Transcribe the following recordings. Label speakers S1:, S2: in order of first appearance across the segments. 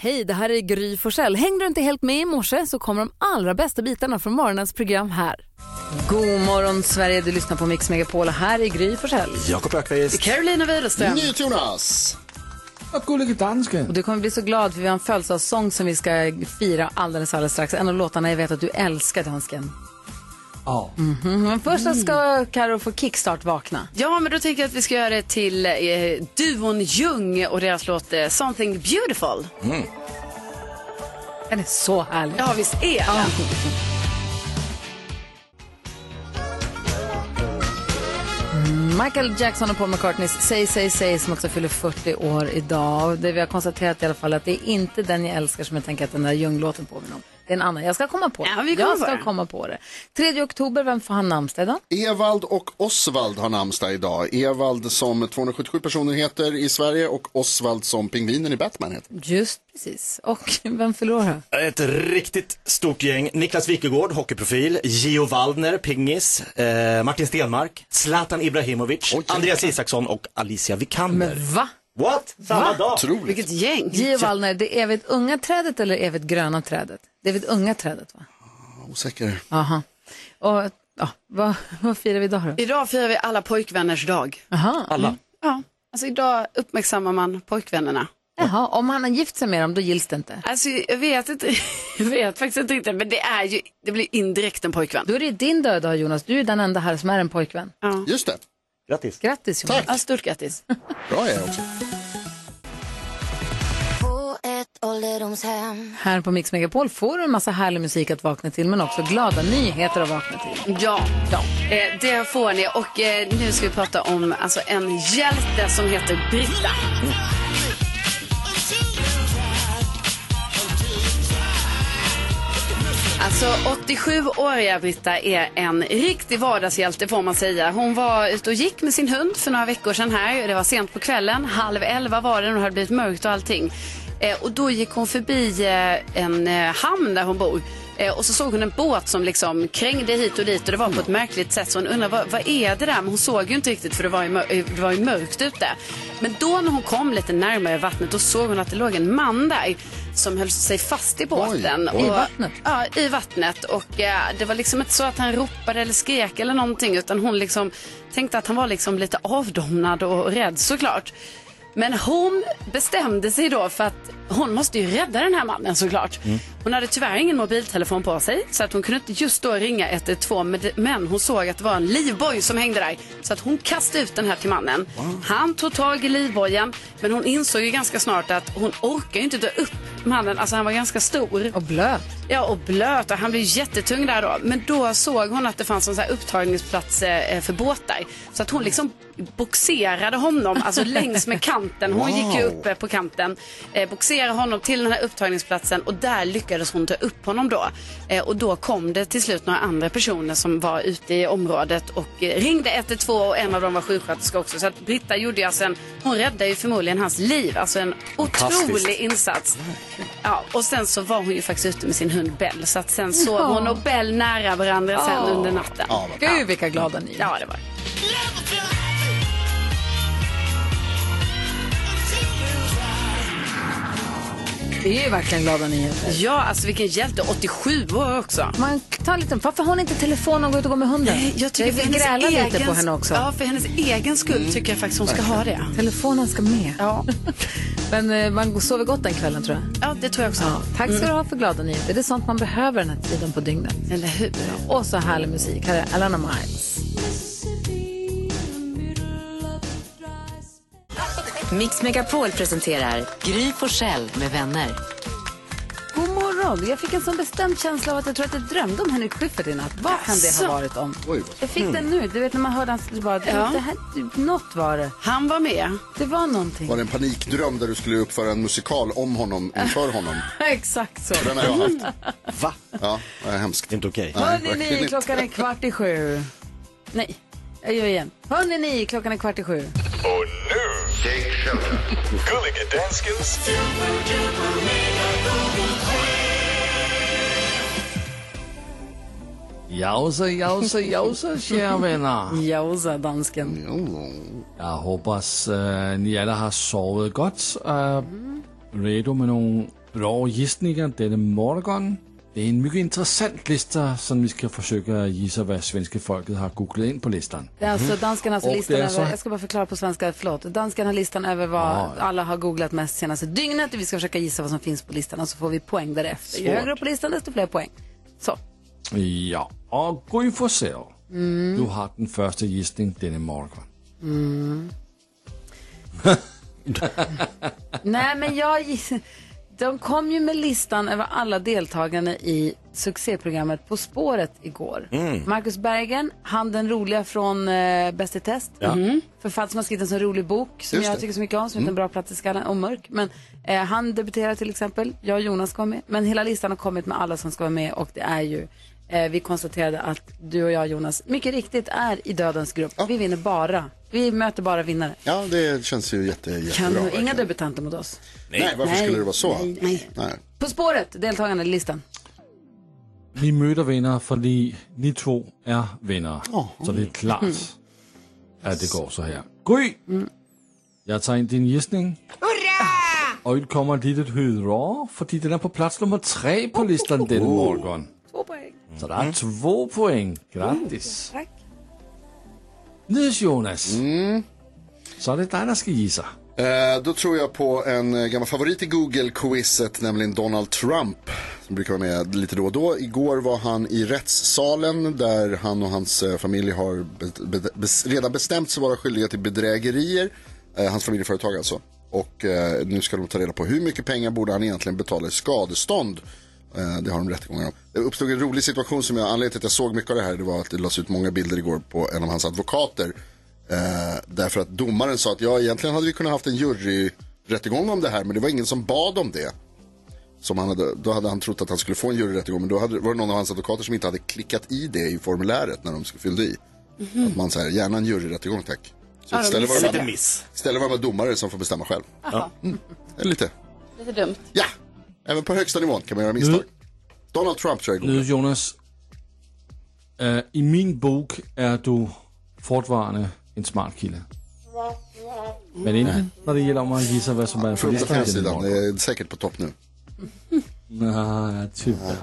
S1: Hej, det här är Gry Forssell. Hängde du inte helt med i morse så kommer de allra bästa bitarna från morgonens program här. God morgon Sverige, du lyssnar på Mix Megapol och här är Gry Forssell.
S2: Jakob Ökvist.
S1: Carolina Widerström.
S2: Jonas.
S3: Och gullige dansken.
S1: Och du kommer bli så glad för vi har en födelsedagssång som vi ska fira alldeles alldeles strax. En av låtarna jag vet att du älskar dansken.
S3: Ja.
S1: Mhm, Men först så ska Karo få kickstart vakna.
S4: Ja, men då tänker jag att vi ska göra det till eh, duon Ljung och deras låt eh, Something Beautiful.
S1: Den är så härlig.
S4: Ja, visst är den?
S1: Michael Jackson och Paul McCartneys Say Say Say som också fyller 40 år idag. Det vi har konstaterat i alla fall att det är inte den jag älskar som jag tänker att den där Ljunglåten påminner om. Det är en annan. Jag ska komma på det.
S4: Ja, vi kommer
S1: jag
S4: på
S1: ska
S4: det.
S1: komma på det. 3 oktober, vem får han namnsdag idag?
S2: Evald och Osvald har namnsdag idag. Evald som 277 personer heter i Sverige och Osvald som pingvinen i Batman heter.
S1: Just precis. Och vem förlorar?
S5: Ett riktigt stort gäng. Niklas Wikegård, hockeyprofil. Gio Waldner, pingis. Eh, Martin Stenmark. Zlatan Ibrahimovic.
S2: Oj,
S5: Andreas Isaksson och Alicia Vikander.
S1: Men va?
S5: What? Samma dag?
S2: Otroligt.
S4: Vilket gäng.
S1: Gio Wallner, det är vid unga trädet eller evigt gröna trädet? Det är vid unga trädet va?
S2: Osäker.
S1: Aha. Och ja, vad, vad firar vi idag då?
S4: Idag firar vi alla pojkvänners dag.
S1: Aha.
S5: Alla.
S4: Ja, alltså idag uppmärksammar man pojkvännerna.
S1: Jaha, om han har gift sig med dem då gills det inte?
S4: Alltså jag vet inte, jag vet faktiskt inte riktigt, men det är ju, det blir indirekt en pojkvän.
S1: Då är det din död dag Jonas, du är den enda här som är en pojkvän.
S2: Just det.
S5: Grattis.
S1: Grattis Jonas.
S4: Ja, stort grattis.
S2: Bra är jag också.
S6: på ett ålderdomshem
S1: Här på Mix Megapol får du en massa härlig musik att vakna till men också glada nyheter att vakna till.
S4: Ja, eh, det får ni. Och eh, nu ska vi prata om alltså, en hjälte som heter Britta. Alltså 87-åriga Britta är en riktig vardagshjälte får man säga. Hon var ute och gick med sin hund för några veckor sedan här. Det var sent på kvällen, halv elva var det och det hade blivit mörkt och allting. Eh, och då gick hon förbi eh, en eh, hamn där hon bor. Eh, och så såg hon en båt som liksom krängde hit och dit och det var på ett märkligt sätt. Så hon undrade vad, vad är det där? Men hon såg ju inte riktigt för det var, ju mör- eh, det var ju mörkt ute. Men då när hon kom lite närmare vattnet då såg hon att det låg en man där som höll sig fast i båten.
S2: oj.
S1: I vattnet?
S4: Ja, i vattnet. Och eh, det var liksom inte så att han ropade eller skrek eller någonting utan hon liksom tänkte att han var liksom lite avdomnad och rädd såklart. Men hon bestämde sig då för att hon måste ju rädda den här mannen såklart. Hon hade tyvärr ingen mobiltelefon på sig så att hon kunde inte just då ringa 112 men det- men hon såg att det var en livboj som hängde där. Så att hon kastade ut den här till mannen. Han tog tag i livbojen men hon insåg ju ganska snart att hon orkar ju inte dra upp mannen, alltså han var ganska stor.
S1: Och blöt.
S4: Ja, och blöt och han blev jättetung där då. Men då såg hon att det fanns en sån här upptagningsplats eh, för båtar. Så att hon liksom boxerade honom, alltså längs med kanten. Hon gick ju upp eh, på kanten, eh, boxerade honom till den här upptagningsplatsen och där lyckades hon ta upp honom då. Eh, och då kom det till slut några andra personer som var ute i området och eh, ringde 112 och en av dem var sjuksköterska också. Så att Britta gjorde ju alltså en, hon räddade ju förmodligen hans liv. Alltså en
S5: Fantastiskt.
S4: otrolig insats. Ja, och sen så var hon ju faktiskt ute med sin hund Bell. Så att sen sov
S1: Ja.
S4: hon och Bell nära varandra sen under natten. Ja,
S1: Gud vilka glada ni är.
S4: det var det.
S1: Det är ju verkligen glada nyheter.
S4: Ja, alltså vilken hjälte. 87 år också.
S1: Man tar lite, varför har ni inte telefon och går ut och går med hunden? vi grälar lite på henne också.
S4: Ja, för hennes egen skull tycker jag faktiskt hon ska ha det.
S1: Telefonen ska med.
S4: Ja,
S1: Men eh, man sover gott den kvällen tror jag.
S4: ja Mm. det tror jag också.
S1: Tack ska du ha för glada nyheter. Det är sånt man behöver den här tiden på dygnet.
S4: Eller hur?
S1: Och så härlig musik. Här är Alana Miles.
S7: Mix Megapol presenterar Gry Forssell med vänner.
S1: God morgon. Jag fick en sån bestämd känsla av att jag tror att jag drömde om Henrik Schyffert i natt. Vad kan det
S4: Jaså?
S1: ha varit om?
S2: Oj, vad-
S1: Jag fick
S7: Mm.
S1: den nu. Du vet när man hörde hans... det Bara,
S4: Ja.
S1: det här, något var det.
S4: Han var med.
S1: Det var någonting.
S2: Var det en panikdröm där du skulle uppföra en musikal om honom, inför honom?
S1: Exakt så.
S2: Den har jag haft.
S5: Va?
S2: Ja, det är hemskt.
S5: Det är inte okej.
S2: Nej,
S1: Hörni
S2: verkligen
S1: ni,
S2: inte.
S1: klockan är kvart i sju. Nej, jag gör igen. Hörni ni, klockan är kvart i sju.
S8: Och nu, Jake Shelton. Gullige danskens...
S3: Jausa, jausa, jausa, kära vänner.
S1: Jausa, dansken.
S3: øh, Jag hoppas eh, ni alla har sovit gott. Eh, redo med nogle bra gissningar denne morgon. Det är en mycket intressant lista som vi ska försöka gissa vad svenska folket har googlat in på listan.
S1: Det är alltså danskarnas
S3: Mhm. Och
S1: listan
S3: det är
S1: över,
S3: så-
S1: jag ska bara förklara på svenska, förlåt. Danskarna har listan över vad alla har googlat mest senaste dygnet och vi ska försöka gissa vad som finns på listan och så får vi poäng därefter. Ju
S3: Svårt.
S1: högre upp på listan desto fler poäng. Så,
S3: Ja, och Gry Forssell, du har den första gissningen denne morgon.
S1: nej men jag giss- De kom ju med listan över alla deltagarna i succéprogrammet På spåret igår.
S2: Mm.
S1: Marcus Bergen, han den roliga från eh, Bäst i test. Mm. Författaren som har skrivit en så rolig bok som
S2: Just
S1: jag
S2: det. Mm.
S1: tycker så mycket om, som heter En bra plats i skallen och mörk. Men eh, han debuterar till exempel, jag och Jonas kom med. Men hela listan har kommit med alla som ska vara med och det är ju, eh, vi konstaterade att du och jag Jonas mycket riktigt är i dödens grupp. Vi vinner bara, vi möter bara vinnare.
S2: Ja, det känns ju jätte, jättebra.
S1: Kan, inga
S2: verkligen.
S1: debutanter mot oss.
S2: Nej, varför
S1: Nej.
S2: skulle det vara så?
S1: Nej, nej. På spåret, deltagarna i listan.
S3: Ni møder vinder, fordi ni to er vinder. Så det er klart, at det går så her. Gry! Jeg tager ind din gissning. Og ud kommer dit et hydra, fordi den er på plads nummer tre på listen denne morgen.
S1: Två poäng.
S3: Så der er to point. Gratis. Niels Jonas. Så er det dig, der skal give sig.
S2: Eh, Då tror jag på en eh, gammal favorit i Google-quizet, nämligen Donald Trump. Som brukar vara med lite då och då. Igår var han i rättssalen där han och hans eh, familj har be- be- bes- redan bestämt sig vara skyldiga till bedrägerier. Eh, Hans familjeföretag alltså. Och eh, nu ska de ta reda på hur mycket pengar borde han egentligen betala i skadestånd. Eh, Det har de rättegångar om. Det uppstod en rolig situation som jag, anledningen till att jag såg mycket av det här, det var att det lades ut många bilder igår på en av hans advokater. Eh, därför att domaren sa att ja, egentligen hade vi kunnat haft en juryrättegång om det här, men det var ingen som bad om det. Som han hade, då hade han trott att han skulle få en juryrättegång, men då hade, var det någon av hans advokater som inte hade klickat i det i formuläret när de sk- fyllde i. Att man säger gärna en juryrättegång tack. Så
S4: Mhm. Ja, de
S2: istället, var det
S5: Lite
S2: bara,
S5: miss.
S2: istället var det bara domare som får bestämma själv.
S5: Ja.
S2: Mm. Det är Lite.
S4: Lite dumt.
S2: Ja, även på högsta nivån kan man göra misstag. Donald Trump tror jag är god.
S3: Nyde Jonas. Øh, I min bog er du fortvarende en smart kilde. Men ikke, når det gælder om at give sig, hvad som er på
S2: På den
S3: listen denne
S2: sidan,
S3: morgen.
S2: det är säkert på topp nu.
S3: Nej, tyvärr.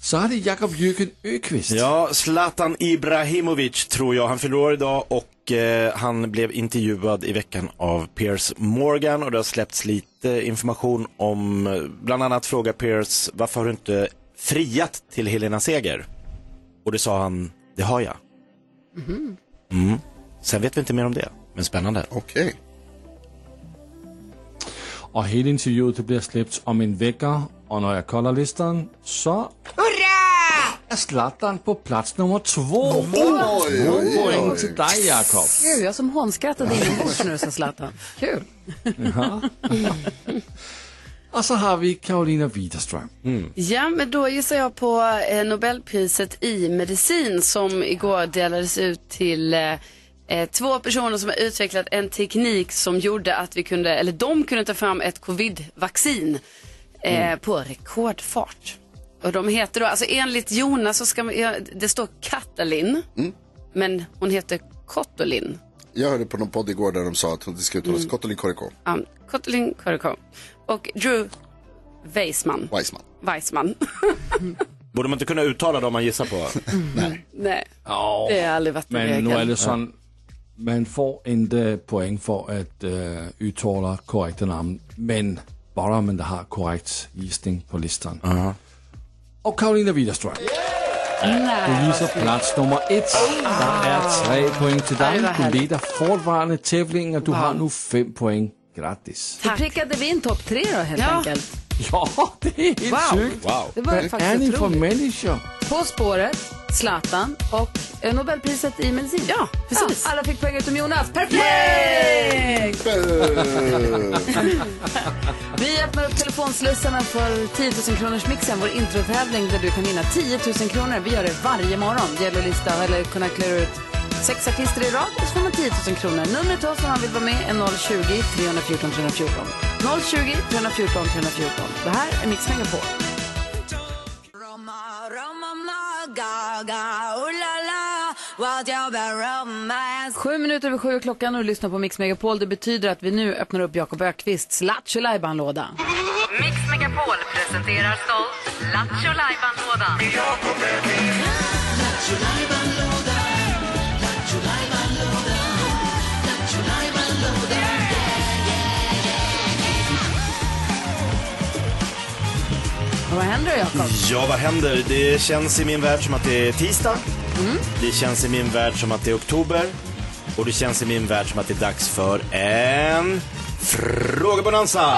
S3: Så er det Jakob Jürgen Öqvist.
S5: Ja, Zlatan Ibrahimovic tror jag. Han fyller år idag och eh, han blev intervjuad i veckan av Piers Morgan och det har släppts lite information om, eh, bland annat frågar Piers, varför har du inte friat till Helena Seger? Och det sa han, det har jag. Mm. Sen vet vi inte mer om det, men spännande.
S2: Okej.
S3: Og hele interviewet det bliver slæbt om en vækker, og når jeg kolder listen, så... Hurra! Er Zlatan på plats nummer två.
S2: Oj, oj, oj.
S3: Point til dig, Jakob.
S1: Gud, jag som hånskrattade inombords nu sa Zlatan. Kul.
S3: Og så har vi Karolina Widerström.
S4: Ja, men då gissar jag på eh, Nobelpriset i medicin som igår delades ut till eh, eh, två personer som har utvecklat en teknik som gjorde att vi kunde, eller de kunde ta fram ett covid-vaccin eh, på rekordfart. Och de heter då, alltså enligt Jonas så ska man, ja, det står Katalin, men hon heter Kottolin.
S2: Jag hörde på någon podd igår där de sa att det ska uttalas Kottolin Koriko,
S4: Ja, Kottolin Koriko. Och Drew Weissman.
S2: Weissman.
S4: Weissman.
S5: Borde man inte kunna uttala det om man gissar på?
S4: Nej,
S3: Åh,
S4: det har aldrig varit en
S3: Men
S4: regel.
S3: nu er det sådan, man får ikke point for at øh, udtale korrekte navn, men bare man der har korrekt gissning på listen. Og Karolina Widerstrøm. Du viser plads nummer et. Der er tre point til
S4: Ej,
S3: dig.
S4: hvor
S3: Du
S4: herligt.
S3: leder forvarende tævlingen, og du har nu fem point. Gratis.
S1: Då prickade vi in topp tre då helt
S4: Ja.
S1: enkelt.
S3: Ja, det er helt
S1: Wow.
S3: sygt.
S1: Det var
S3: Hvad er ni
S1: faktiskt
S3: for
S1: otroligt.
S3: mennesker?
S1: På spåret, Zlatan och eh, Nobelpriset i medicin.
S4: Ja, precis.
S1: Ja, alla fick poäng utom Jonas. Perfekt! Vi öppnar upp telefonslussarna för 10 000 kronors mixen, vår introtävling där du kan vinna 10 000 kronor. Vi gör det varje morgon. Det gäller att lista eller kunna klura ut sex artister i rad och så får man 10 000 kronor. Numret till oss om man vill vara med är 020 314 314. 020 314 314. Det här är Mix Megapol. Sju minuter över sju är klockan och du lyssnar på Mix Megapol. Det betyder att vi nu öppnar upp Jakob Ökvists Lattjo låda
S9: Mix Megapol presenterar stolt Lattjo Lajban-lådan.
S1: Vad händer då Jakob?
S5: Ja, vad händer? Det känns i min värld som att det är tisdag. Det känns i min värld som att det är oktober. Och det känns i min värld som att det är dags för en frågebonanza!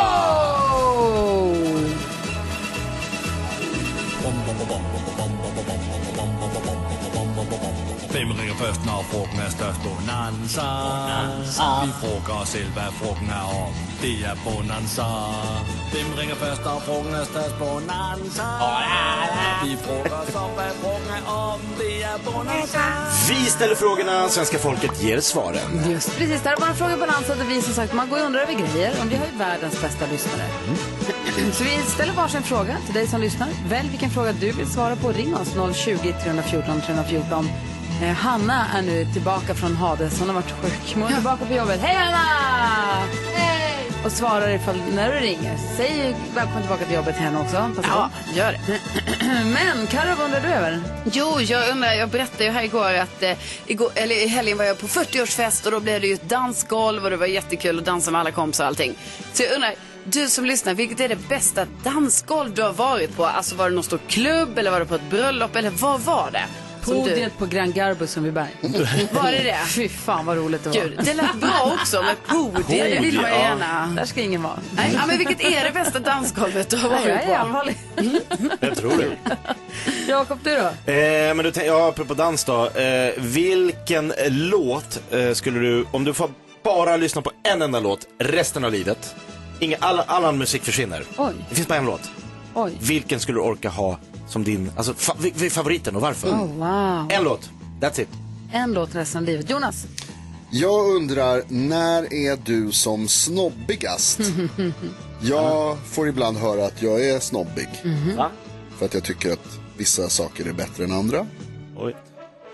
S10: Vem ringer först när frågan är störst? Bonanza. Vi frågar oss själva vad frågan är om. Det är bonanza. Vem ringer först när frågan är störst? Bonanza. Vi frågar oss om vad frågan är om. Det är bonanza.
S5: Vi ställer frågorna, svenska folket ger svaren.
S1: Just precis, det här var en frågebalans och vi som sagt, man går ju och undrar över grejer och vi har ju världens bästa lyssnare.
S4: Mm.
S1: Så vi ställer varsin fråga till dig som lyssnar. Välj vilken fråga du vill svara på. Ring oss 020-314 314. Eh, Hanna är nu tillbaka från Hades. Hon har varit sjuk. Men Hon är tillbaka på jobbet. Hej Hanna! Hej! Och svarar ifall, när du ringer. Säg välkommen tillbaka till jobbet till henne också. Ja,
S4: gör det.
S1: Men Carro, vad undrar du över?
S4: Jo, jag undrar, jag berättade ju här igår att eh, igår, eller i helgen var jag på 40-årsfest och då blev det ju ett dansgolv och det var jättekul att dansa med alla kompisar och allting. Så jag undrar, du som lyssnar, vilket är det bästa dansgolv du har varit på? Alltså var det någon stor klubb eller var det på ett bröllop eller vad var det? Som du-
S1: Podiet på Grand Garbo Sundbyberg.
S4: Var det det?
S1: Fy fan vad roligt det var.
S4: Gud, det lät bra också med podiet. Det vill man
S1: Ja.
S4: gärna.
S1: Där ska ingen vara.
S4: Nej, ja, men vilket är det bästa dansgolvet du har
S1: Nej, jag
S4: varit
S1: är
S4: på?
S1: allvarlig.
S5: Jag tror det.
S1: Jakob, du då?
S5: Eh, men du tänk, ja, apropå dans då. Eh, vilken eh, låt eh, skulle du, om du får bara lyssna på en enda låt resten av livet. Inga, all, all annan musik försvinner.
S1: Oj.
S5: Det finns bara en låt.
S1: Oj.
S5: Vilken skulle du orka ha som din, alltså fa, vi- vi- favoriten och varför?
S1: Oh, wow.
S5: En låt, that's it.
S1: En låt resten av livet. Jonas?
S2: Jag undrar, när är du som snobbigast? Jag får ibland höra att jag är snobbig.
S5: Va?
S2: För att jag tycker att vissa saker är bättre än andra.
S5: Oj.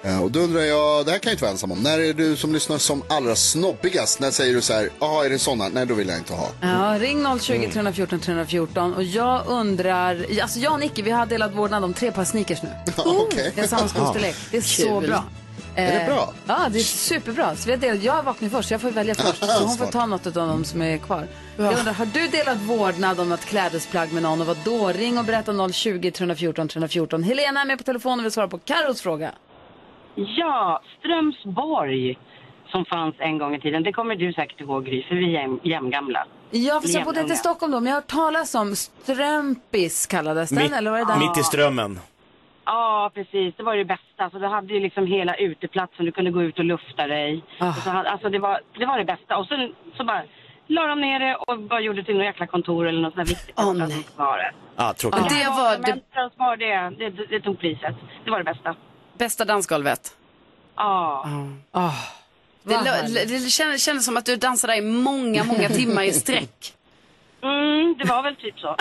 S2: Eh, Och då undrar jag, det här kan jag inte vara ensam om. När är du som lyssnar som allra snobbigast? När säger du så här, jaha är det sådana? Nej, då vill jag inte ha.
S1: Ja, ring
S2: Mm.
S1: 020 314 314. Och jag undrar, alltså jag och Nicky, vi har delat vårdnad om tre par sneakers nu.
S2: Okej.
S1: Det är samskostorlek. Det är så
S4: Kul.
S1: bra. Eh,
S2: Är det bra?
S1: Ja, det är superbra. Så vi har delat, jag vaknar först, jag får välja först. Så hon får
S2: Smart.
S1: ta något av dem som är kvar. Jag undrar, har du delat vårdnad om något klädesplagg med någon och vad då? Ring och berätta 020 314 314. Helena är med på telefon och vill svara på Carros fråga.
S11: Ja, Strömsborg som fanns en gång i tiden. Det kommer du säkert ihåg Gry, för vi är jäm- jämngamla.
S1: Ja, fast jag
S11: Jämnunga.
S1: bodde inte i Stockholm då, men jag har hört talas om Strömpis kallades den, eller var det där?
S5: mitt i strömmen.
S11: Ja, precis. Det var det bästa. Så du hade ju liksom hela uteplatsen. Du kunde gå ut och lufta dig.
S4: Ah.
S11: Och så, hade- alltså, det, var, det var det bästa. Och så, så bara la de ner det och bara gjorde till något jäkla kontor eller något sånt där viktigt.
S4: Åh,
S11: Så
S4: nej.
S11: var det.
S5: Ah, tråkigt.
S4: Men det var det
S11: Men Strömsborg, det, det, det, det tog priset. Det var det bästa.
S4: bästa dansgolvet.
S11: Ja.
S1: Ah,
S4: Det,
S1: vad härligt.
S4: lö- det kändes, kändes som att du dansade i många, många timmar i sträck.
S11: Mm, det var väl typ så.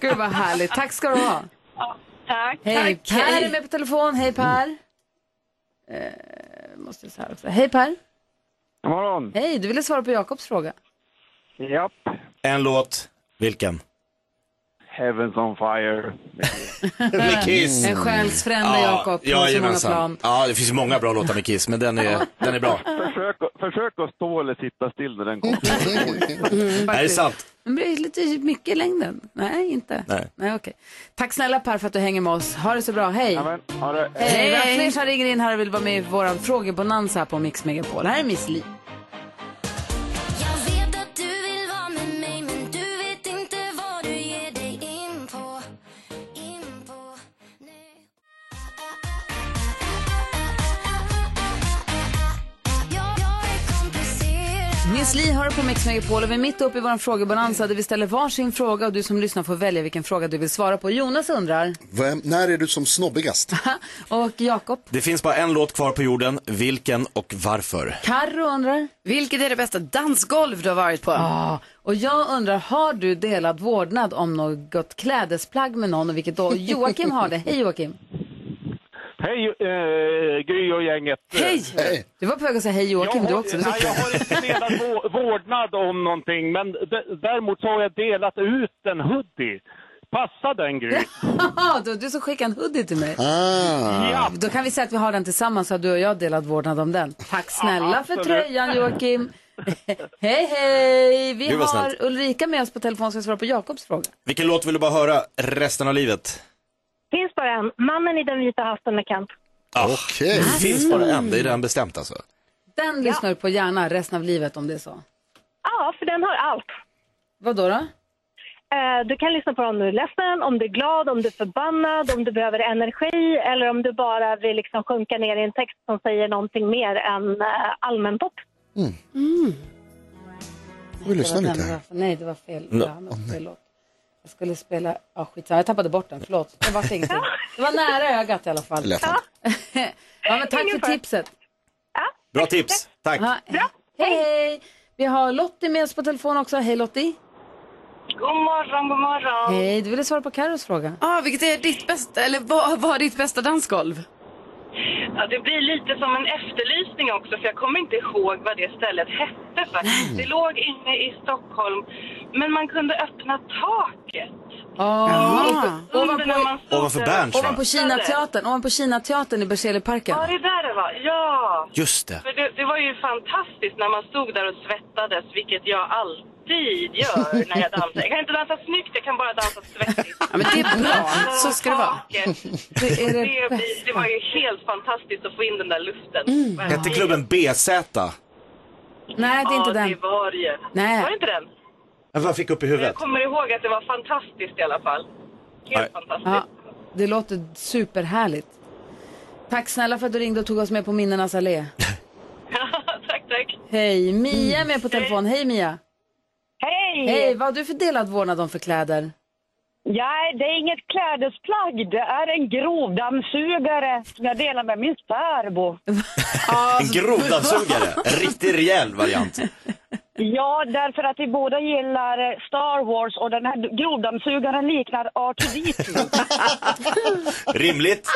S1: Gud vad härligt. Tack ska du ha.
S11: ja, tack.
S1: Hej,
S4: Tack,
S1: Per
S4: hej.
S1: är med på telefon. Hej Per. Eh, måste jag säga också. Hej Per.
S12: God morgon.
S1: Hej, du ville svara på Jakobs fråga.
S12: Japp.
S1: Ah.
S5: En låt, vilken?
S12: Heavens on fire.
S1: Mm.
S5: Med Kiss.
S1: En själsfrände Jakob på så många
S5: Mm. jajamensan.
S1: plan.
S5: Ja, det finns många bra låtar med Kiss, men den är, den är bra.
S12: Försök, försök att stå eller sitta still när den kommer.
S5: Det här är sant.
S1: Men blir det lite mycket i längden? Nej, inte.
S5: Nej.
S1: Nej, okej. Tack snälla Per för att du hänger med oss. Ha det så bra. Hej.
S12: Amen. Ha det.
S1: Hej. Det är fler som ringer in här och vill vara med i vår frågebonanza här på Mix Megapol. Här är Miss Li.
S6: Jag vet att du vill vara med mig men du vet inte vad du ger dig in på. In på. Nej. Jag, jag är komplicerad.
S1: Miss Li hör på Mix Megapol och vi är mitt uppe i vår frågebalansa där vi ställer varsin fråga och du som lyssnar får välja vilken fråga du vill svara på. Jonas undrar.
S2: Vem, när är du som snobbigast?
S1: Och Jakob.
S5: Det finns bara en låt kvar på jorden, vilken och varför?
S1: Karro undrar.
S4: Vilket är det bästa dansgolv du har varit på?
S1: Ja, och jag undrar, har du delad vårdnad om något klädesplagg med någon och vilket då? Joakim har det. Hej Joakim.
S12: Hej eh, Gry och gänget.
S1: Hej! Du var på väg att säga hej Joakim du också. Det
S12: Nej, jag har inte delat vå- vårdnad om någonting, men d- däremot så har jag delat ut en hoodie. Passar den Gry?
S1: Haha, det var du som skickade en hoodie till mig.
S2: Ah,
S12: Ja.
S1: Då kan vi säga att vi har den tillsammans så har du och jag delat vårdnad om den. Tack snälla för
S13: absolut.
S1: tröjan Joakim. hej hej! Vi
S5: Det var
S1: har
S5: snällt.
S1: Ulrika med oss på telefon som ska svara på Jakobs fråga.
S5: Vilken låt vill du bara höra resten av livet?
S13: Finns bara en. Mannen i den vita hatten med kant.
S5: Okej.
S1: Mm.
S5: Det finns bara en, det är redan bestämt alltså.
S1: Den lyssnar du på gärna resten av livet om det är så.
S13: Ja, för den har allt.
S1: Vad då? då?
S13: Eh, Du kan lyssna på den om du är ledsen, om du är glad, om du är förbannad, om du behöver energi eller om du bara vill liksom sjunka ner i en text som säger någonting mer än eh, allmän pop.
S2: Vi lyssnar
S1: Det var
S2: lite
S1: den,
S2: här.
S1: varför- Nej, det var fel.
S2: Nå.
S1: Ja, det var fel låt. Jag skulle spela... Ja, skitsamma. Jag tappade bort den. Förlåt. Det var ingenting. Det var nära ögat i alla fall.
S5: Lätt
S1: ja, men tack för tipset.
S5: Bra tips, tack.
S1: Ja, Hej, hej. Vi har Lottie med oss på telefon också. Hej Lottie.
S11: God morgon, god morgon.
S1: Hej, du ville svara på Carros fråga.
S4: Ja, vilket är ditt bästa, eller vad var ditt bästa dansgolv?
S11: Ja, det blir lite som en efterlysning också, för jag kommer inte ihåg vad det stället hette faktiskt. Det låg inne i Stockholm, men man kunde öppna taket.
S1: Oh.
S11: Ovanpå,
S5: Ovanför Berns va?
S1: Ovanpå Kinateatern, ovanpå Kinateatern i Berzelii-parken.
S11: Ja, det där det var. Ja!
S5: Just det.
S11: För det, det var ju fantastiskt när man stod där och svettades, vilket jag alltid gör när jag dansar. Jag kan inte dansa snyggt, jag kan bara dansa svettigt.
S4: Ja, men det är bra. Så ska det vara.
S11: Det,
S1: är det,
S11: det, blir- det var ju helt fantastiskt att få in den där luften.
S1: Mm.
S5: Hette klubben BZ?
S1: Nej, det är inte
S11: ja,
S1: den.
S11: det var det ju.
S1: Nej.
S11: Var det inte den?
S5: Jag bara fick upp i
S11: Jag
S5: huvudet.
S11: kommer ihåg att det var fantastiskt i alla fall. Helt
S5: Nej.
S11: fantastiskt.
S1: Ja, det låter superhärligt. Tack snälla för att du ringde och tog oss med på minnenas allé.
S11: tack, tack.
S1: Hej, Mia är med på telefon. Hej Mia.
S14: Hej!
S1: Hej, vad har du för delad vårdnad om för kläder?
S14: Ja, det är inget klädesplagg. Det är en grovdammsugare som jag delar med min särbo.
S5: En grovdammsugare, en riktigt rejäl variant.
S14: Ja, därför att vi båda gillar eh, Star Wars och den här grovdammsugaren liknar R2D2.
S5: Rimligt.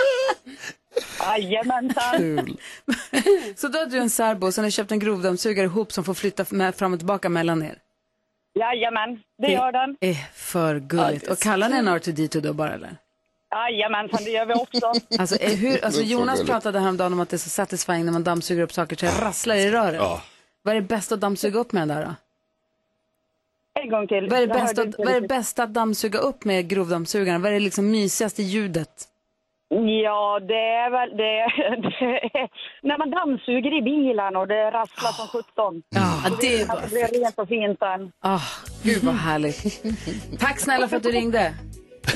S14: Jajamensan.
S1: Så då har du en särbo som har köpt en grovdammsugare ihop som får flytta med- fram och tillbaka mellan er.
S14: Jajamän, det gör den.
S1: Det är för gulligt. och kallar ni en R2D2 då bara eller?
S14: Jajamensan, det gör vi också.
S1: Alltså, eh, hur, alltså Jonas pratade häromdagen om att det är så satisfying när man dammsuger upp saker så jag rasslar i röret.
S5: Ja.
S1: Vad är det bästa att dammsuga upp med den där då?
S14: En gång till.
S1: Vad är
S14: Jag
S1: det
S14: hörde
S1: bästa,
S14: inte
S1: vad är det
S14: riktigt.
S1: bästa att dammsuga upp med grovdammsugaren? Vad är det liksom mysigaste ljudet?
S14: Ja, det är väl det. det är, när man dammsuger i bilen och det rasslar som sjutton.
S1: Ja, det är
S14: Att det blir rent och fint sen.
S1: Ah, gud vad härligt. Tack snälla för att du ringde.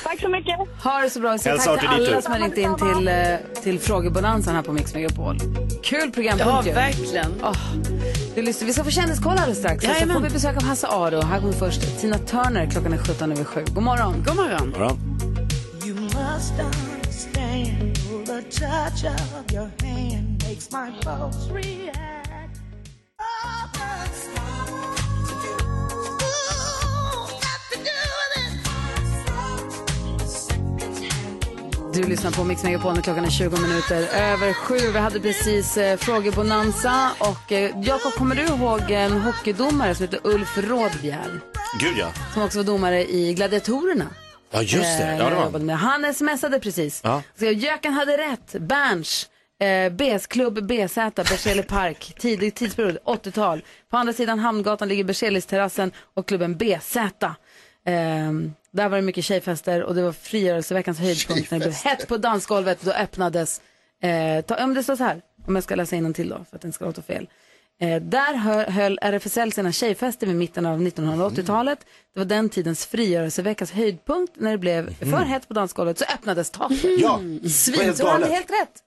S14: Tack så mycket.
S1: Ha det så bra. Vi säger
S14: Hälsa
S1: tack till
S14: Artur Dito.
S1: alla som har ringt in till, eh, till frågebonanzan här på Mix Megapol. Kul programpunkt
S4: Ja,
S1: ju.
S4: verkligen.
S1: Ah, du lyssnar. Vi ska få kändiskoll alldeles strax. Och så
S4: Jajamän.
S1: får vi besök av Hasse Aro. Här kommer först Tina Turner. Klockan är 17 över 7. God morgon.
S4: God morgon.
S15: You must understand the touch of your hand makes my pulse react. Oh, that's Ooh, got to do with it.
S1: Du lyssnar på Mix Megapol när klockan är 20 minuter över 7. Vi hade precis eh, frågebonanza. Och eh, Jakob, kommer du ihåg en hockeydomare som heter Ulf Rådbjer?
S5: Gud ja.
S1: Som också var domare i Gladiatorerna.
S5: Ja just det, ja
S1: Eh, jag
S5: det var
S1: jobbade
S5: han.
S1: med. Han smsade precis.
S5: Ja.
S1: Så jag, Jöken hade rätt. Berns. Eh, BS klubb, BZ, Berzelii park, tidig tidsperiod, 80-tal. På andra sidan Hamngatan ligger Berzelisterrassen och klubben BZ. Ehm, där var det mycket tjejfester och det var frigörelseveckans höjdpunkt när det blev hett på dansgolvet. Då öppnades, eh, ta, om det står så här, om jag ska läsa innantill då för att det inte ska låta fel. Eh, där hö- höll RFSL sina tjejfester vid mitten av 1980-talet. Det var den tidens frigörelseveckas höjdpunkt när det blev
S5: Mhm.
S1: för hett på dansgolvet så öppnades taket.
S5: Ja, det var
S1: Svin,
S5: helt
S1: så han hade
S5: galet.
S1: helt rätt.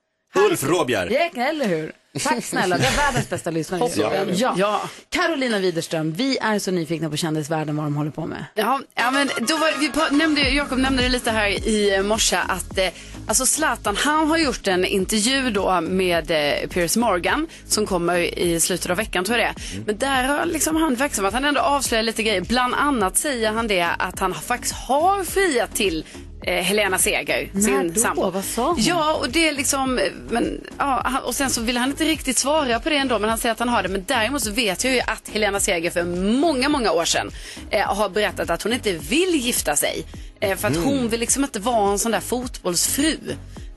S5: Ulf Råbjer.
S1: Jack, eller hur? Tack snälla, det är världens bästa lyssnare.
S5: Hoppas jag.
S1: Ja. Ja. Carolina Widerström, vi är så nyfikna på kändisvärlden, vad de håller på med.
S4: Ja, ja men då var, vi pra- nämnde, Jakob nämnde det lite här i eh, morse att eh, alltså Zlatan han har gjort en intervju då med eh, Piers Morgan som kommer i slutet av veckan tror jag det är. Men där har liksom han verksamt att han ändå avslöjar lite grejer. Bland annat säger han det att han faktiskt har friat till eh, Helena Seger,
S1: När
S4: sin
S1: då?
S4: sambo.
S1: Vad sa hon?
S4: Ja, och det är liksom, eh, men, ja, han- och sen så vill han inte riktigt svara på det ändå, men han säger att han har det. Men däremot så vet jag ju att Helena Seger för många, många år sedan eh, har berättat att hon inte vill gifta sig. Eh, för att
S1: Mm.
S4: hon vill liksom inte vara en sån där fotbollsfru.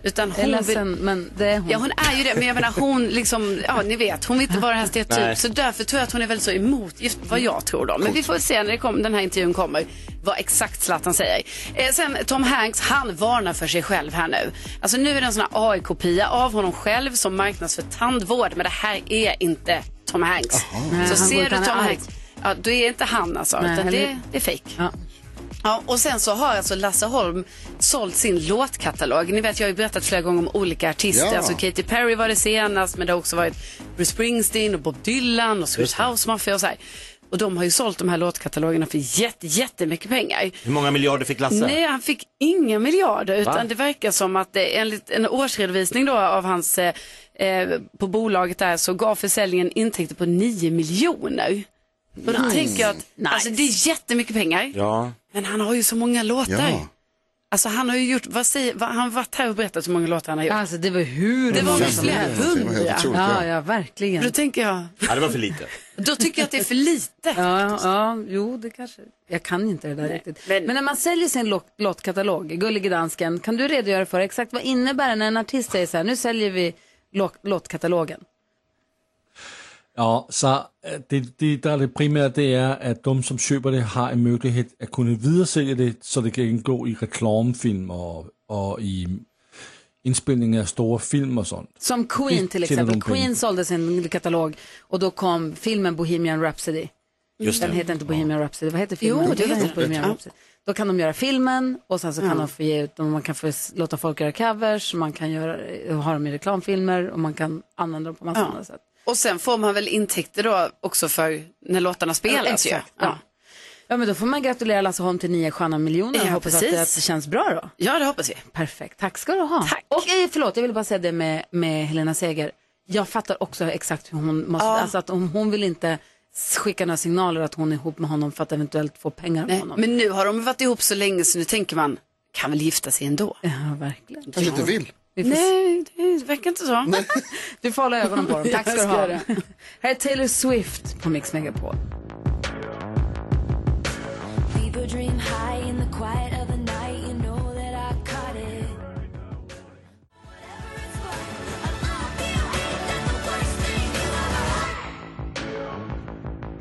S4: Utan
S1: Jag är
S4: hon
S1: ledsen,
S4: vill...
S1: men det är hon.
S4: Ja, hon är ju det. Men jag menar, hon liksom, ja ni vet, hon vill inte vara den här
S1: Nej.
S4: stereotyp. Så därför tror jag att hon är väldigt så emot gift, vad jag tror då. Men vi får väl se när det kom, den här intervjun kommer vad exakt Zlatan säger. Eh, sen Tom Hanks, han varnar för sig själv här nu. Alltså nu är det en sån här AI-kopia av honom själv som marknadsför tandvård. Men det här är inte Tom Hanks.
S1: Nej,
S4: Så
S1: han går
S4: ser
S1: ut,
S4: du
S1: han är
S4: Tom
S1: arg.
S4: Hanks, ja, då är inte han alltså.
S1: Nej,
S4: utan
S1: han är-
S4: det, det är fejk. Ja, och sen så har alltså Lasse Holm sålt sin låtkatalog. Ni vet, jag har ju berättat flera gånger om olika artister.
S1: Ja.
S4: Alltså Katy Perry var det senast, men det har också varit Bruce Springsteen och Bob Dylan och Swedish House Mafia och så här. Och de har ju sålt de här låtkatalogerna för jätte, jättemycket pengar.
S5: Hur många miljarder fick Lasse?
S4: Nej, han fick inga miljarder utan
S5: Va?
S4: det verkar som att det, enligt en årsredovisning då av hans, eh, eh, på bolaget där så gav försäljningen intäkter på 9 miljoner. Och då
S5: Nice.
S4: tänker jag att, alltså det är jättemycket pengar.
S5: Ja.
S4: Men han har ju så många låtar. Alltså han har ju gjort, vad säger, vad, han har varit här och berättat hur många låtar han har gjort.
S1: Alltså det var hur
S4: Det var
S1: många
S4: väl
S1: som
S4: flera
S1: helst.
S4: hundra. Det var helt otroligt,
S1: ja,
S4: ja.
S1: ja, verkligen.
S4: Då tänker jag,
S5: Ja, det var för lite.
S4: då tycker jag att det är för lite.
S1: Ja, ja, jo, det kanske... Jag kan inte det där riktigt. Men... när man säljer sin lo- låtkatalog, Gullige Dansken, kan du redogöra för exakt vad innebär det när en artist säger så här, nu säljer vi lo- låtkatalogen?
S3: Ja, så øh, det, det, der er det primære, det er, at de, som køber det, har en mulighed at kunne videresælge det, så det kan indgå i reklamefilm og, og i indspilning af store film og sådan.
S1: Som
S3: Det
S1: Queen till
S3: tjänar
S1: exempel.
S3: de pengar
S1: Queen
S3: på.
S1: sålde sin katalog och då kom filmen Bohemian Rhapsody.
S3: Just
S1: Den
S3: det.
S1: heter inte Bohemian Rhapsody, vad heter filmen?
S4: Jo, det
S1: Den
S4: heter den.
S1: Bohemian
S4: Ja.
S1: Rhapsody. Då kan de göra filmen och sen så kan
S4: Ja.
S1: de få ge ut, man kan få s- låta folk göra covers, man kan göra, ha dem i reklamfilmer och man kan använda dem på massa
S4: Ja.
S1: andra sätt.
S4: Och sen får man väl intäkter då också för när låtarna spelas ju.
S1: Exakt, ja. Ja men då får man gratulera Lasse Holm till nya stjärnan miljoner och
S4: Ja,
S1: hoppas att
S4: precis.
S1: det, att det känns bra då.
S4: Ja, det hoppas vi.
S1: Perfekt, tack ska du ha. Tack. Och eh, förlåt, jag ville bara säga det med, med Helena Seger. Jag fattar också exakt hur hon måste,
S4: Ja.
S1: alltså att om hon vill inte skicka några signaler att hon är ihop med honom för att eventuellt få pengar av
S4: Nej,
S1: honom.
S4: men nu har de varit ihop så länge så nu tänker man, kan väl gifta sig ändå?
S1: Ja, verkligen.
S2: Kanske inte vill.
S4: Nej, det verkar inte så.
S1: Du får hålla ögonen på dem. Tack ska
S4: Jag
S1: du
S4: ska
S1: ha.
S4: göra
S1: Här är Taylor Swift på Mix Megapol.
S6: Fever dream high in the quiet of the night. You know that I caught it.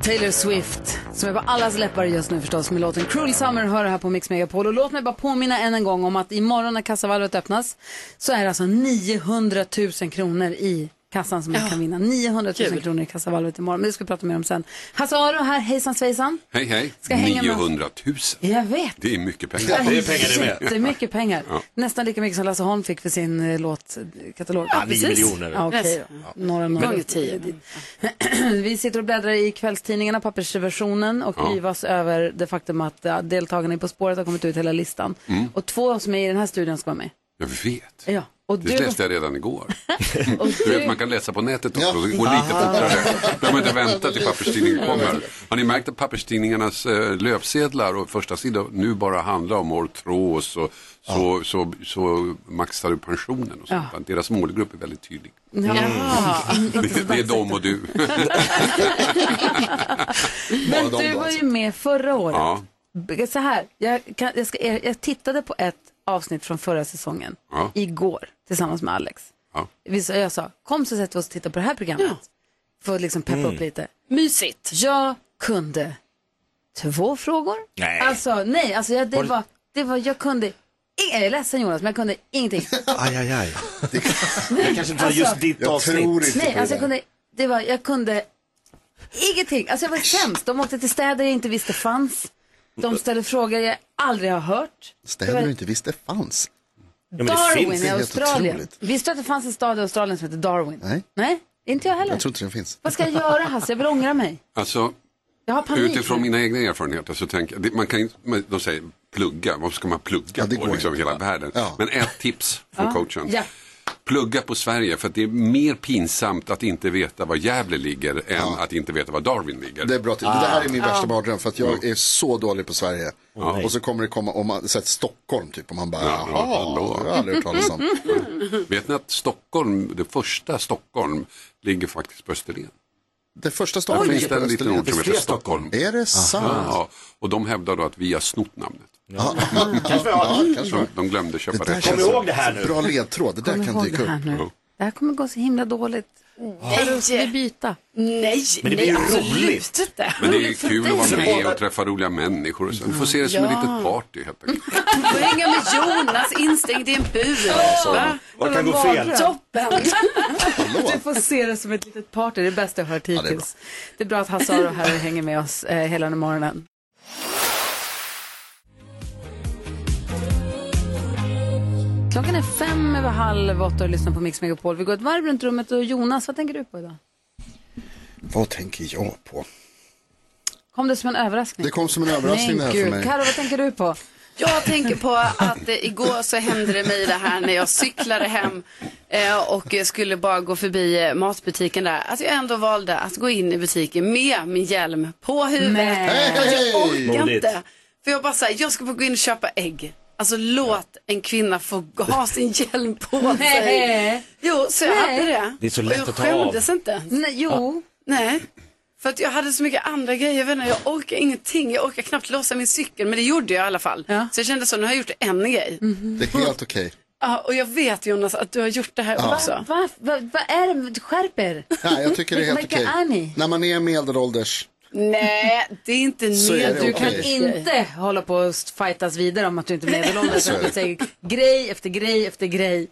S1: Taylor Swift, som är på allas läppar just nu förstås med låten Cruel Summer, hör det här på Mix Megapol. Och låt mig bara påminna än en gång om att imorgon när kassavalvet öppnas så är det alltså 900 000 kronor i kassan som man kan vinna. 900 000
S16: kul.
S1: kronor i kassavalvet imorgon, men det ska vi prata mer om sen. Hasse Aro här, hejsan svejsan.
S16: Hej, hej.
S1: Ska hänga med oss.
S16: 900 000.
S1: Jag vet.
S16: Det är mycket pengar.
S1: Jättemycket pengar.
S16: Ja.
S1: Nästan lika mycket som Lasse Holm fick för sin eh, låtkatalog.
S16: Ja, nio
S1: precis.
S16: miljoner.
S1: Ja, okej
S16: Yes.
S1: då. Några, några.
S4: Gånger tio.
S1: Vi sitter och bläddrar i kvällstidningarna, pappersversionen och
S16: Ja.
S1: yvas över det faktum att eh, deltagarna i På spåret har kommit ut hela listan.
S16: Mm.
S1: Och två som är i den här studion ska vara med.
S16: Jag vet.
S1: Ja. Och
S16: Det
S1: du,
S16: läste jag redan igår. Du vet, man kan läsa på nätet också, så det går
S1: Aha.
S16: lite fortare. behöver inte vänta till papperstidningen kommer. Har ni märkt att papperstidningarnas eh, löpsedlar och första sidor nu bara handlar om Ortros och så, så, så, maxar du pensionen och sånt. Deras målgrupp är väldigt tydlig.
S1: Jaha.
S16: Det, det är de och du.
S1: men du var ju med förra året.
S16: Ja.
S1: B- Så här, jag, kan, jag, ska, er- jag tittade på ett avsnitt från förra säsongen
S16: Ja.
S1: igår tillsammans med Alex.
S16: Ja.
S1: Vi, sa- jag sa, kom så sätter vi oss och tittar på det här programmet. För att liksom peppa
S4: Mm.
S1: upp lite.
S4: Mysigt.
S1: Jag kunde två frågor.
S4: Nej.
S1: Alltså, nej, alltså jag, det,
S4: Håll-
S1: var, det var, jag kunde, ing- jag är ledsen Jonas, men jag kunde ingenting.
S5: Aj, aj, aj. Det, det kanske inte var
S1: Alltså,
S5: just ditt
S1: jag
S5: avsnitt.
S1: nej, alltså jag kunde, det var, jag kunde ingenting. Alltså jag var sämst. De åkte till städer jag inte visste fanns. De ställde frågor jag aldrig har hört.
S2: Städer du inte visste fanns.
S1: Darwin i
S2: Det är helt
S1: Australien.
S2: otroligt.
S1: Visste du att det fanns en stad i Australien som heter Darwin?
S2: Nej,
S1: Nej, inte jag heller.
S16: Jag tror inte den finns.
S1: Vad ska jag göra Hasse? Jag vill ångra mig.
S16: Alltså,
S1: Jag har panik.
S16: Utifrån mina egna erfarenheter så tänker jag, det- man kan ju, men de säger plugga, vad ska man plugga på liksom hela världen? Men ett tips från
S1: Ja.
S16: coachen.
S1: Ja.
S16: plugga på Sverige för att det är mer pinsamt att inte veta var Gävle ligger än att inte veta var Darwin ligger.
S2: Det är bra. till- Det här är min värsta mardröm för att jag är så dålig på Sverige. Och så kommer det komma, om man, så här, Stockholm typ, och man bara,
S16: Ja,
S2: jaha,
S16: hallå.
S2: det har jag aldrig hört talas om.
S16: Vet ni att Stockholm, det första Stockholm, ligger faktiskt på Österlen?
S2: Det första
S16: Där
S2: Stockholm
S16: finns det en liten ort som heter Stockholm.
S2: Är det sant?
S16: Ja, och de hävdar då att vi har snott namnet.
S2: Kanske var. Ja, kanske var.
S16: De, de glömde köpa
S2: där
S16: rätt.
S2: känns Kom ihåg det här nu. bra ledtråd, det där Kom kan ihåg dyka det här upp.
S1: nu. Det här kommer gå så himla dåligt. Nej. Ska vi byta?
S17: Nej,
S16: Men det blir ju
S17: absolut
S16: roligt.
S17: inte.
S16: Men det är
S17: Roligt för
S16: kul
S17: dig.
S16: att vara med och träffa roliga människor. Och så. Vi får se det som ett
S4: Ja.
S16: litet party helt enkelt.
S4: Får hänga med Jonas instängd i en bur.
S16: Alltså,
S4: Va?
S16: vad kan gå fel?
S4: Toppen!
S1: Du får se det som ett litet party, det är det bästa jag har hört hittills. det, är bra att Hasse Aro här och hänger med oss eh, hela den här morgonen. Klockan är fem över halv åtta och lyssnar på Mix Megapol. Vi går ett varv runt rummet och Jonas, vad tänker du på idag?
S2: Vad tänker jag på?
S1: Kom det som en överraskning?
S2: Det kom som en
S1: Nej,
S2: överraskning det här
S1: gud.
S2: för mig.
S1: Karo, vad tänker du på?
S4: Jag tänker på att eh, igår så hände det mig det här när jag cyklade hem eh, och eh, skulle bara gå förbi eh, matbutiken där. Att jag ändå valde att gå in i butiken med min hjälm på huvudet.
S15: Nej.
S4: Att Jag orkar
S15: Modigt.
S4: inte. För jag bara såhär, jag ska få gå in och köpa ägg. Alltså låt en kvinna få g- ha sin hjälm på sig.
S1: Nej.
S4: Jo, så jag
S1: Nej.
S4: hade det.
S5: Det är så
S4: Och
S5: lätt
S4: jag
S5: att ta av.
S4: skämdes inte.
S1: Nej, jo.
S4: Nej. För att jag hade så mycket andra grejer, jag, vet inte, jag orkar ingenting, jag orkar knappt låsa min cykel, men det gjorde jag i alla fall. Så jag kände så, nu har jag gjort en grej.
S1: Mm.
S2: Det är helt okej.
S4: Ja, och jag vet Jonas att du har gjort det här
S2: Ja.
S4: också.
S1: Vad va, va är det? Skärp er!
S2: Nej, jag tycker det är helt
S1: Vilka
S2: okej.
S1: är ni?
S2: När man är medelålders.
S4: Nej, det är inte
S2: Så är det
S4: ned.
S1: Du kan inte hålla på och fightas vidare om att du inte är medelålders.
S4: Så är det.
S1: Du säger grej efter grej efter grej.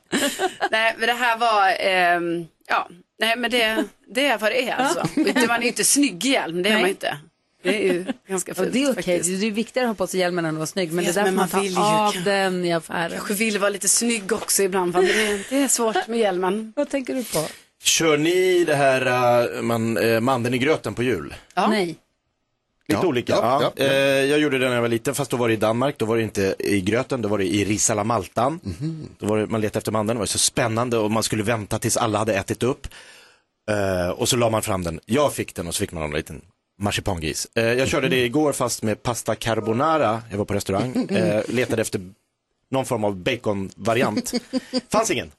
S4: Nej, men det här var, ehm, ja, nej men det, det är vad det är alltså. Det- Man är ju inte snygg i hjälm, det är
S1: Nej.
S4: man ju inte. Det är ju ganska
S1: Och
S4: fult
S1: det är okej,
S4: faktiskt.
S1: det är viktigare att ha på sig hjälmen än att vara snygg. Men
S4: Vet,
S1: det är
S4: men
S1: därför man
S4: man vill ju
S1: tar av
S4: kan-
S1: den i affären.
S4: Kanske vill vara lite snygg också ibland, va? det är, det är svårt med hjälmen.
S1: Vad tänker du på?
S5: Kör ni det här eh, man, eh, mandeln i gröten på jul?
S1: Nej.
S5: Lite olika.
S1: ja,
S5: Ja. Eh, jag gjorde det när jag var liten, fast då var det i Danmark. Då var det inte i gröten, då var det i ris à la maltan.
S1: Mhm.
S5: Då var det, man letade efter mandeln, det var ju så spännande och man skulle vänta tills alla hade ätit upp. Eh, och så la man fram den. Jag fick den och så fick man en liten marsipangris. Eh, jag körde det igår fast med pasta carbonara. Jag var på restaurang, eh, letade efter någon form av baconvariant. Fanns ingen.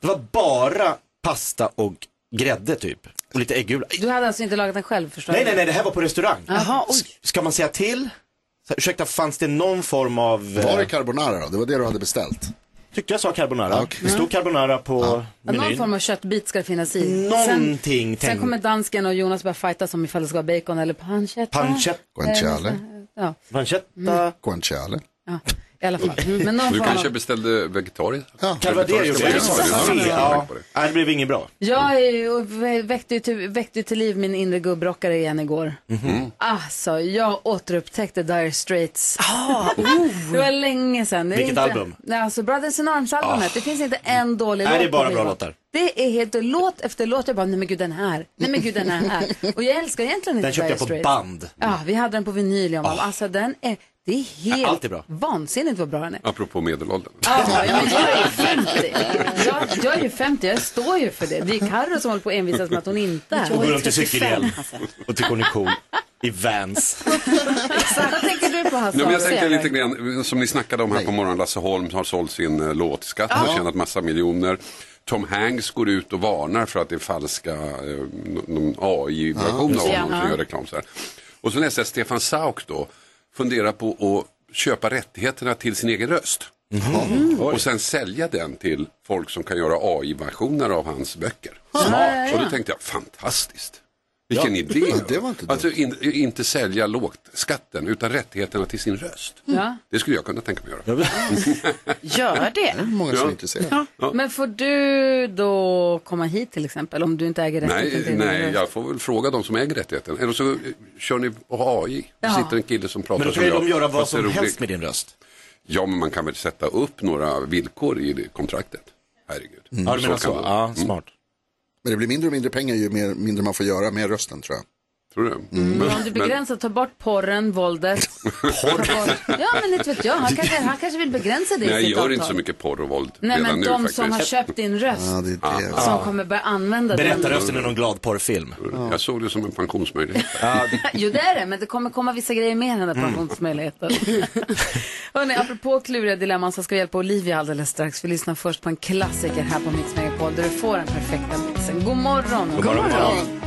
S5: Det var bara pasta och grädde typ. Och lite äggula.
S1: Du hade alltså inte lagat den själv förstår
S5: Nej,
S1: jag?
S5: nej, nej, det här var på restaurang.
S1: Jaha, oj.
S5: Ska man säga till? Så, ursäkta, fanns det någon form av... eh,
S2: Var det carbonara då? Det var det du hade beställt?
S5: Tyckte jag sa carbonara. Det stod carbonara på
S1: Ja, Någon
S5: menyn.
S1: form av köttbit ska det finnas i. Sen,
S5: Någonting
S1: sen kommer dansken och Jonas börja fightas om ifall det ska vara bacon eller pancetta.
S5: Pancetta.
S2: Guanciale.
S1: Ja, Mm.
S5: Pancetta.
S2: Guanciale.
S1: ja, i alla fall. Men någon
S16: Du
S1: form av-
S16: kanske beställde vegetariskt?
S2: Ja,
S5: Kan det vara det jag gjorde? Ja. Nej, det blev inget bra.
S1: Jag är ju- väckte ju till, väckte ju till liv min inre gubbrockare igen igår.
S5: Mhm.
S1: Alltså, jag återupptäckte Dire Straits. Det var länge sedan. Det är
S5: Vilket
S1: inte,
S5: album?
S1: Nej, alltså Brothers in Arms-albumet.
S5: Ah.
S1: Det finns inte en dålig
S5: Nej,
S1: låt.
S5: det är bara
S1: på
S5: bra
S1: skivan.
S5: låtar.
S1: Det är helt låt efter låt. Jag bara, nej men gud den här. Nej men gud den här. här. Och jag älskar egentligen inte
S5: Den köpte
S1: Dire
S5: jag på
S1: Straits.
S5: band.
S1: Ja, vi hade den på vinyl. Jag bara,
S5: Ah.
S1: Alltså den är, det är helt
S16: Ja, allt är bra.
S1: vansinnigt vad bra den är.
S16: Apropå medelåldern.
S1: Ja, ja, men jag är ju 50. Jag, jag är ju 50, jag står ju för det. Det är Carro som håller på att envisas med att hon inte är. alltså.
S5: Och går runt i cykelhjälm. Och tycker hon är cool. I Vans.
S1: Vad tänker du på Hasse?
S16: Nej, men jag tänkte lite grann, som ni snackade om här på morgonen, Lasse Holm har sålt sin eh, låtskatt och
S1: Ja.
S16: tjänat massa miljoner. Tom Hanks går ut och varnar för att det är falska eh, AI-version av
S5: Ja.
S16: honom
S5: Ja.
S16: som gör reklam. Så här. Och så läste jag Stefan Sauk då, funderar på att köpa rättigheterna till sin egen röst. Och sen sälja den till folk som kan göra AI-versioner av hans böcker.
S15: Smart.
S16: Och då tänkte jag, fantastiskt. Vilken
S2: Ja.
S16: idé.
S2: Ja, det var inte
S16: alltså in, inte sälja lågt skatten utan rättigheterna till sin röst.
S1: Ja.
S16: Det skulle jag kunna tänka mig att göra.
S1: Gör det.
S2: Många som är intresserade.
S1: Men får du då komma hit till exempel om du inte äger rättigheten
S16: Nej,
S1: till din
S16: nej,
S1: röst?
S16: jag får väl fråga de som äger rättigheten. Eller så eh, kör ni på AI. Det
S1: Ja.
S16: sitter en kille som pratar Mm,
S5: Men då
S16: som
S5: kan ju
S16: jag,
S5: de göra
S16: fast
S5: vad som
S16: det är roligt.
S5: helst med din röst.
S16: Ja, men man kan väl sätta upp några villkor i det kontraktet. Herregud.
S5: Mm.
S1: alltså,
S5: Ja, du menar så.
S16: kan Mm. man.
S5: Ja, smart.
S2: Men det blir mindre och mindre pengar ju mer, mindre man får göra med rösten tror jag.
S16: Tror du?
S1: Men om Mm. du begränsar, ta bort porren, våldet.
S16: Porr?
S1: Ja, men inte vet jag. Han kanske, han kanske vill begränsa det
S16: Nej, jag
S1: i sitt
S16: gör
S1: avtal.
S16: inte så mycket porr och våld
S1: Nej,
S16: redan
S1: men
S16: nu
S1: de
S16: faktiskt.
S1: som har köpt din röst.
S16: Ah,
S1: Som kommer börja använda den.
S5: Berättarrösten är någon glad porrfilm.
S16: Jag såg det som en pensionsmöjlighet.
S1: Jo, det är det, men det kommer komma vissa grejer med den där
S16: Mm.
S1: pensionsmöjligheten. Hörrni, apropå kluriga dilemman så ska vi hjälpa Olivia alldeles strax. Vi lyssnar först på en klassiker här på Mix Megapol där du får den perfekta mixen. God morgon!
S15: God morgon, god morgon.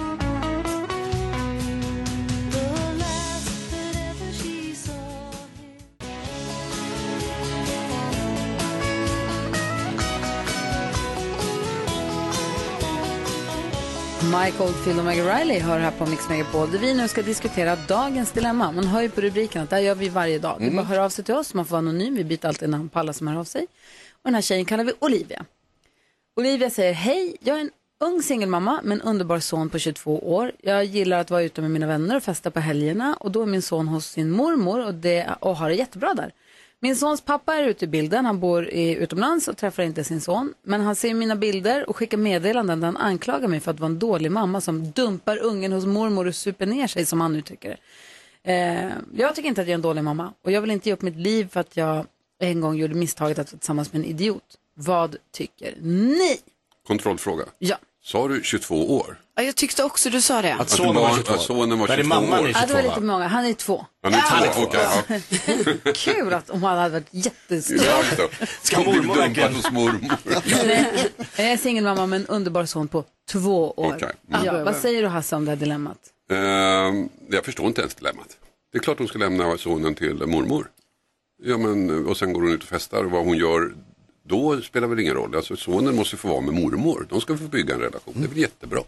S1: Mike Oldfield och Meg Riley hör här på Mix Megapol där vi nu ska diskutera dagens dilemma. Man hör ju på rubriken att det här gör vi varje dag. Det är
S17: Mm.
S1: bara att höra av sig till oss, man får vara anonym, vi byter alltid namn på alla som hör av sig. Och den här tjejen kallar vi Olivia. Olivia säger, hej, jag är en ung singelmamma med en underbar son på 22 år. Jag gillar att vara ute med mina vänner och festa på helgerna och då är min son hos sin mormor och, det, och har det jättebra där. Min sons pappa är ute i bilden, han bor i, utomlands och träffar inte sin son. Men han ser mina bilder och skickar meddelanden där han anklagar mig för att vara en dålig mamma som dumpar ungen hos mormor och super ner sig som han uttrycker det. Eh, jag tycker inte att jag är en dålig mamma och jag vill inte ge upp mitt liv för att jag en gång gjorde misstaget att vara tillsammans med en idiot. Vad tycker ni?
S16: Kontrollfråga.
S1: Ja.
S16: Sa du 22 år?
S4: Ja, jag tyckte också du sa det.
S16: Att sonen var 22. Att sonen var 22 år.
S1: Ja, det var lite många. Han är två.
S16: Han är
S1: Ja.
S16: två år. Ja.
S1: Kul att om han hade varit jättestor.
S16: Exakt då.
S5: Ska
S16: Hon blir
S5: mormor
S16: dumpad
S5: verkligen-
S16: hos mormor.
S1: Nej, Jag är singelmamma med en underbar son på två år.
S16: Okej. Mm.
S1: Ja, vad säger du Hasse om det här dilemmat?
S16: Ehm, jag förstår inte ens dilemmat. Det är klart hon ska lämna sonen till mormor. Ja, men, och sen går hon ut och festar och vad hon gör då spelar väl ingen roll. Alltså, sonen måste få vara med mormor. De ska få bygga en relation. Det är väl jättebra.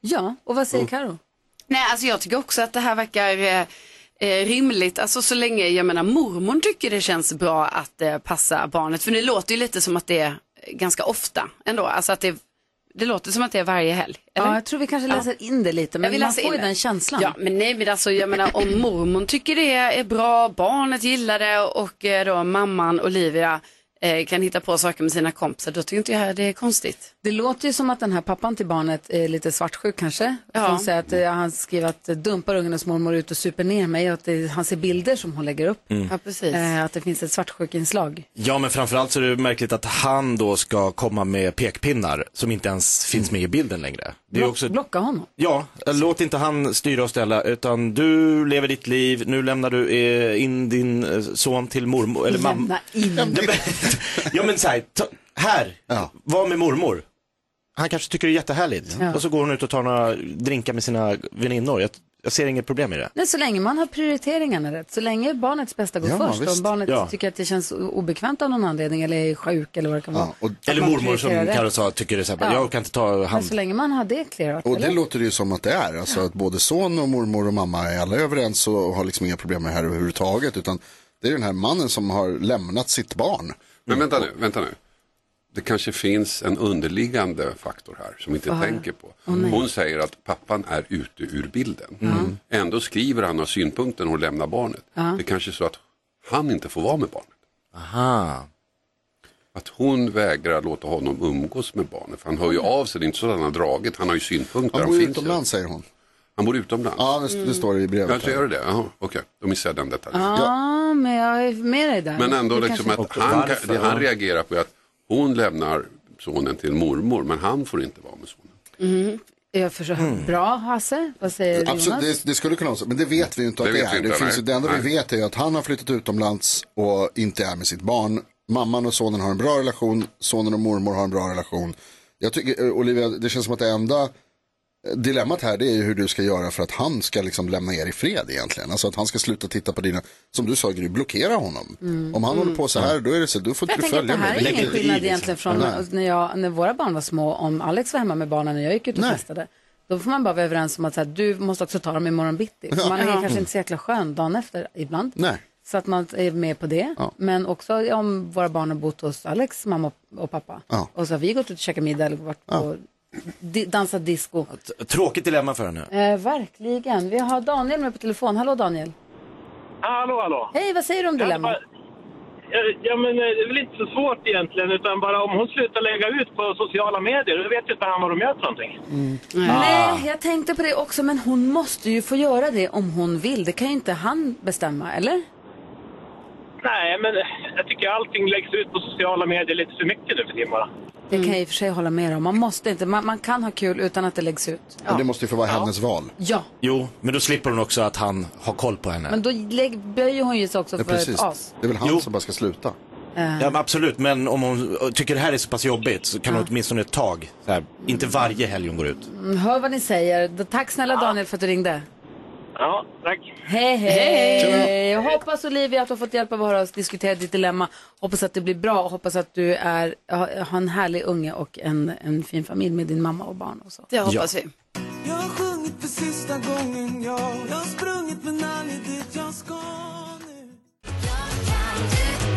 S1: Ja, och vad
S16: Mm.
S1: säger Karo?
S4: Nej, alltså jag tycker också att det här verkar eh, eh, rimligt. Alltså så länge, jag menar mormon tycker det känns bra att eh, passa barnet. För det låter ju lite som att det är ganska ofta ändå. Alltså att det, det låter som att det är varje helg. Eller?
S1: Ja, jag tror vi kanske
S4: Ja.
S1: läser in det lite,
S4: Jag
S1: men
S4: vill
S1: man
S4: läsa
S1: får ju
S4: in det.
S1: den känslan.
S4: Ja, men nej, men alltså jag menar om mormon tycker det är bra, barnet gillar det och eh, då mamman Olivia eh, kan hitta på saker med sina kompisar, då tycker inte jag det är konstigt.
S1: Det låter ju som att den här pappan till barnet är lite svartsjuk kanske.
S4: Ja.
S1: Hon säger att eh, han skriver att eh, dumpar ungen hos mormor ut och super ner mig och att det, han ser bilder som hon lägger upp.
S5: Mm.
S4: Ja, precis.
S1: Eh, att det finns ett svartsjukinslag.
S5: Ja, men framförallt så är det märkligt att han då ska komma med pekpinnar som inte ens finns med i bilden längre. Det är
S1: Block,
S5: också...
S1: Blocka honom.
S5: Ja, låt inte han styra och ställa utan du lever ditt liv, nu lämnar du eh, in din eh, son till mormor eller mamma.
S1: Lämna in.
S5: Ja men så här, ta, här, var med mormor. Han kanske tycker det är jättehärligt.
S1: Ja.
S5: Och så går hon ut och tar några drinkar med sina väninnor. Jag, jag ser inget problem i det.
S1: Nej, så länge man har prioriteringarna rätt, så länge barnets bästa går
S5: Ja,
S1: först.
S5: visst.
S1: Om barnet
S5: Ja.
S1: tycker att det känns o- obekvämt av någon anledning eller är sjuk eller vad det kan vara. Att
S5: Eller
S1: man
S5: mormor som
S1: prioriterar rätt.
S5: Carro sa, tycker det är så här, bara,
S1: Ja.
S5: jag kan inte ta
S1: Men
S5: hand
S1: så länge man har det clearat.
S2: Och det
S1: eller?
S2: låter det ju som att det är. Alltså att både son och mormor och mamma är alla överens och har liksom inga problem med det här överhuvudtaget. Utan det är den här mannen som har lämnat sitt barn.
S16: Men vänta nu, vänta nu. Det kanske finns en underliggande faktor här som vi inte
S2: Vad har
S16: tänker på.
S2: Åh, nej.
S16: hon säger att pappan är ute ur bilden. Mm. Ändå skriver han av synpunkten hon lämnar barnet.
S1: Ja.
S16: Det kanske är så att han inte får vara med barnet.
S5: Aha.
S16: Att hon vägrar låta honom umgås med barnet. För han hör ju av sig, det är inte så att han har dragit, han har ju synpunkter.
S2: Han bor
S16: finns ju.
S2: utomlands säger hon.
S16: Han bor utomlands?
S2: Ja, det, det står det i brevet.
S16: Ja, så gör det det? Jaha, Okej, då missade jag den detaljen.
S1: Ja, men jag är med dig där.
S16: Men ändå
S1: Det
S16: liksom
S1: kanske-
S16: att han, kan- det han reagerar på är att hon lämnar sonen till mormor men han får inte vara med sonen.
S1: Mm. Jag förstår.
S5: Mm.
S1: Bra, Hasse. Vad säger
S2: Absolut,
S1: Jonas?
S2: det, det skulle kunna vara så. Men det vet vi ju inte
S16: Det
S2: att det,
S16: vet vi
S2: är.
S16: inte,
S2: det, finns, ju-
S16: nej.
S2: det enda vi
S16: Nej.
S2: vet är ju att han har flyttat utomlands och inte är med sitt barn. Mamman och sonen har en bra relation. Sonen och mormor har en bra relation. Jag tycker, eh, Olivia, det känns som att det enda eh, dilemmat här det är ju hur du ska göra för att han ska liksom lämna er i fred egentligen. Alltså att han ska sluta titta på dina, som du sa Gry, blockera honom.
S1: Mm.
S2: Om han
S1: Mm.
S2: håller på så här då är det så, då får
S1: Jag
S2: inte du
S1: tänker att det
S2: följa
S1: här
S2: mig.
S1: är ingen skillnad egentligen från
S2: Nej.
S1: när, jag, när våra barn var små. Om Alex var hemma med barnen när jag gick ut och festade. Då får man bara vara överens om att så här, du måste också ta dem imorgon bitti.
S2: Ja.
S1: Man är
S2: Ja.
S1: kanske
S2: Mm.
S1: inte så jäkla skön dagen efter ibland.
S2: Nej.
S1: Så att man är med på det.
S2: Ja.
S1: Men också om våra barn har bott hos Alex mamma och pappa.
S5: Ja.
S1: Och så har vi gått ut och käkat middag eller varit på, di, dansat disco.
S5: om. Tråkigt dilemma för henne.
S1: Eh, verkligen. Vi har Daniel med på telefon. Hallå Daniel.
S12: Hallå, hallå.
S1: Hej, vad säger du om dilemma?
S12: eh, ja, men eh, det är väl inte så svårt egentligen, utan bara om hon slutar lägga ut på sociala medier, då vet ju inte han vad de gör för någonting.
S1: Ah. Nej, jag tänkte på det också, men hon måste ju få göra det om hon vill. Det kan ju inte han bestämma, eller?
S12: Nej, men eh, jag tycker allting läggs ut på sociala medier lite för mycket nu för tiden bara.
S1: Det kan jag i och för sig hålla med om. Man måste inte, man, man kan ha kul utan att det läggs ut.
S2: Men det måste ju få vara hennes val.
S1: Ja,
S5: Jo, men då slipper hon också att han har koll på henne.
S1: men då lägg, böjer hon ju sig också för ett as.
S5: Det är väl han som bara ska sluta.
S1: Eh,
S5: Ja, men absolut, men om hon tycker det här är så pass jobbigt så kan hon åtminstone ett tag, så här, inte varje helg hon går ut.
S1: mm, hör vad ni säger. Då- Tack snälla Daniel för att du ringde.
S12: Ja, tack.
S1: Hej, hej! Jag hoppas Olivia att du har fått hjälp av att höra oss diskutera ditt dilemma. Hoppas att det blir bra och hoppas att du är, har har en härlig unge och en, en fin familj med din mamma och barn och så.
S4: Det hoppas vi.
S15: Jag har sjungit för sista gången, ja. Jag har sprungit men aldrig dit jag ska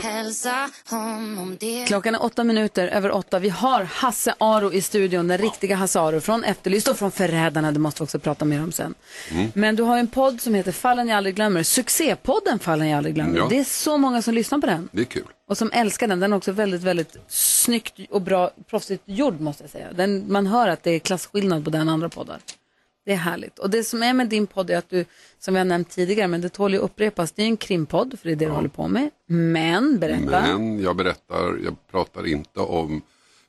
S6: Hälsa honom det
S1: Klockan är åtta minuter över åtta. Vi har Hasse Aro i studion, den riktiga Hasse Aro från Efterlyst och från Förrädarna. Det måste vi också prata mer om sen.
S16: Mm.
S1: Men du har ju en podd som heter Fallen jag aldrig glömmer. Succépodden Fallen jag aldrig glömmer.
S16: Ja.
S1: Det är så många som lyssnar på den
S16: Det är kul.
S1: och som älskar den. Den är också väldigt, väldigt snyggt och bra, proffsigt gjord måste jag säga. Den, man hör att det är klasskillnad på den och andra poddar. Det är härligt. Och det som är med din podd är att du, som vi har nämnt tidigare, men det tål ju upprepas, det är ju en krimpodd, för det är det du håller på med. Men, berätta.
S16: Men jag berättar, jag pratar inte om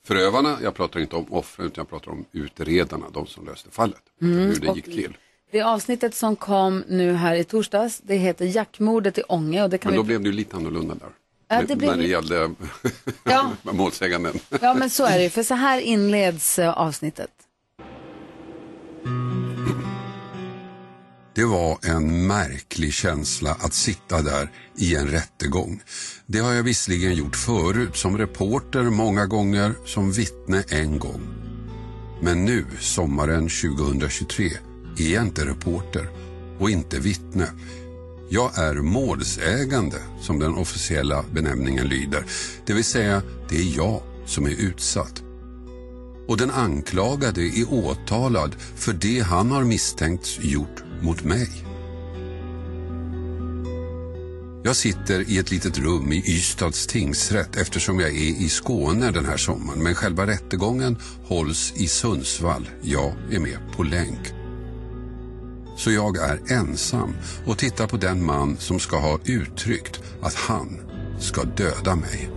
S16: förövarna, jag pratar inte om offren, utan jag pratar om utredarna, de som löste fallet.
S1: Mm,
S16: Hur det
S1: och-
S16: gick till.
S1: Det avsnittet som kom nu här i torsdags, det heter Jaktmordet i Ånge. Och det kan
S16: Men då
S1: vi...
S16: blev det ju lite annorlunda där.
S1: Ja,
S16: När-
S1: det blev-
S16: När det gällde
S1: Ja.
S16: målsäganden.
S1: Ja, men så är det ju. För så här inleds eh, avsnittet.
S17: Det var en märklig känsla att sitta där i en rättegång. Det har jag visserligen gjort förut, som reporter många gånger, som vittne en gång. Men nu, sommaren 2023, är jag inte reporter och inte vittne. Jag är målsägande, som den officiella benämningen lyder. Det vill säga, det är jag som är utsatt och den anklagade är åtalad för det han har misstänkts gjort mot mig. Jag sitter i ett litet rum i Ystads tingsrätt eftersom jag är i Skåne den här sommaren men själva rättegången hålls i Sundsvall. Jag är med på länk. Så jag är ensam och tittar på den man som ska ha uttryckt att han ska döda mig.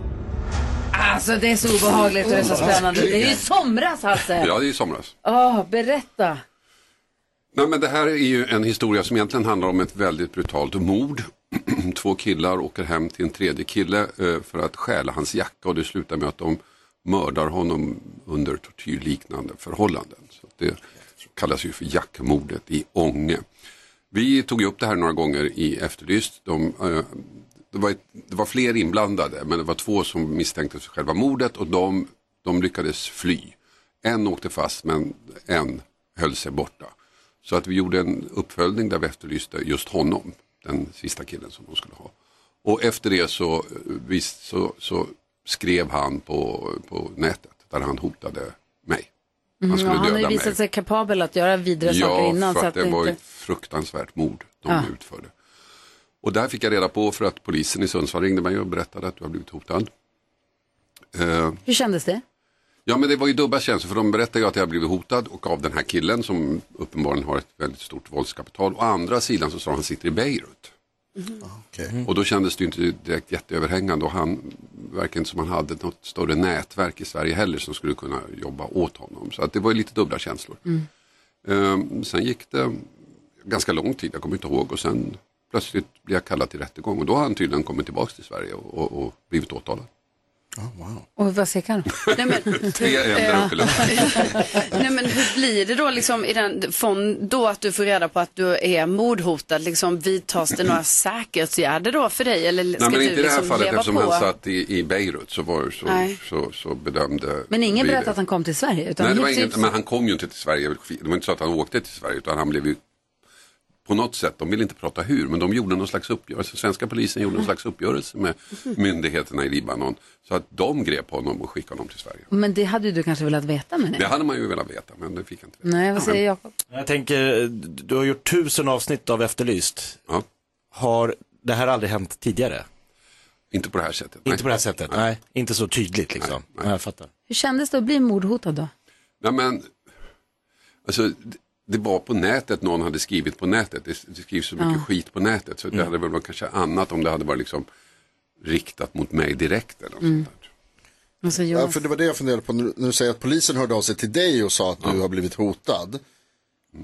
S1: Alltså, det är så obehagligt och det är så spännande. Det är ju i somras, Hasse.
S16: Ja, det är i somras.
S1: Ja, berätta.
S16: Nej, men det här är ju en historia som egentligen handlar om ett väldigt brutalt mord. Två killar åker hem till en tredje kille eh, för att stjäla hans jacka och det slutar med att de mördar honom under tortyrliknande förhållanden. Så att det kallas ju för jackmordet i Ånge. Vi tog ju upp det här några gånger i Efterlyst. De, eh, det, var ett, det var fler inblandade men det var två som misstänktes för själva mordet och de, de lyckades fly. En åkte fast men en höll sig borta. Så att vi gjorde en uppföljning där vi efterlyste just honom, den sista killen som de skulle ha. Och efter det så, eh, visst, så, så skrev han på, på nätet där han hotade mig. Han
S1: Mm, och
S16: skulle
S1: han har ju
S16: döda
S1: visat
S16: mig.
S1: sig kapabel att göra vidare saker innan.
S16: Ja,
S1: Så
S16: för
S1: att
S16: att
S1: det
S16: det var
S1: inte...
S16: ett fruktansvärt mord de
S1: Ja.
S16: utförde. Och där fick jag reda på för att polisen i Sundsvall ringde mig och berättade att du har blivit hotad. Eh,
S1: Hur kändes det?
S16: Ja men det var ju dubbla känslor för de berättade ju att jag blivit hotad och av den här killen som uppenbarligen har ett väldigt stort våldskapital. Å andra sidan så sa han sitter i Beirut. Och då kändes det ju inte direkt jätteöverhängande och han verkar inte som han hade något större nätverk i Sverige heller som skulle kunna jobba åt honom. Så att det var ju lite dubbla känslor. Ehm, sen gick det ganska lång tid, jag kommer inte ihåg och sen plötsligt blev jag kallad till rättegång och då har han tydligen kommit tillbaka till Sverige och, och, och blivit åtalad.
S1: Och vad säkert.
S4: Nej, men,
S16: Tre ändrar upp i luften.
S4: nej, men hur blir det då liksom i den, från då att du får reda på att du är mordhotad, liksom vidtas det några säkerhetsåtgärder då för dig? Eller ska
S16: Nej, men
S4: du
S16: inte i det här
S4: liksom
S16: fallet
S4: leva
S16: eftersom
S4: på?
S16: han satt i, i Beirut så, var, så,
S4: Nej.
S16: så, så bedömde
S1: Men ingen
S16: vi
S1: berättade
S16: det.
S1: att han kom till Sverige. Utan
S16: Nej, det
S1: gick
S16: var
S1: till-
S16: inget, men han kom ju inte till Sverige. Det var inte så att han åkte till Sverige utan han blev ju på något sätt, de ville inte prata hur, men de gjorde någon slags uppgörelse. Svenska polisen gjorde någon
S1: Mm.
S16: slags uppgörelse med
S1: Mm-hmm.
S16: myndigheterna i Libanon. Så att de grep honom och skickade honom till Sverige.
S1: Men det hade ju du kanske velat veta menar
S16: Det
S1: jag.
S16: hade man ju velat veta, men det fick jag inte.
S1: Nej, vad säger Jakob?
S5: Jag tänker, du har gjort tusen avsnitt av Efterlyst.
S16: Ja.
S5: Har det här aldrig hänt tidigare?
S16: Inte på det här sättet.
S5: Inte på det här sättet, nej. Inte så tydligt liksom. Nej, Jag fattar.
S1: Hur kändes det att bli mordhotad då?
S16: Nej men, alltså, det- det var på nätet någon hade skrivit på nätet. Det det skrivs så mycket
S1: Ja.
S16: skit på nätet så det hade väl varit kanske annat om det hade varit liksom riktat mot mig direkt. Eller något.
S1: Alltså,
S2: Ja, för det var det jag funderade på när du säger att polisen hörde av sig till dig och sa att du har blivit hotad.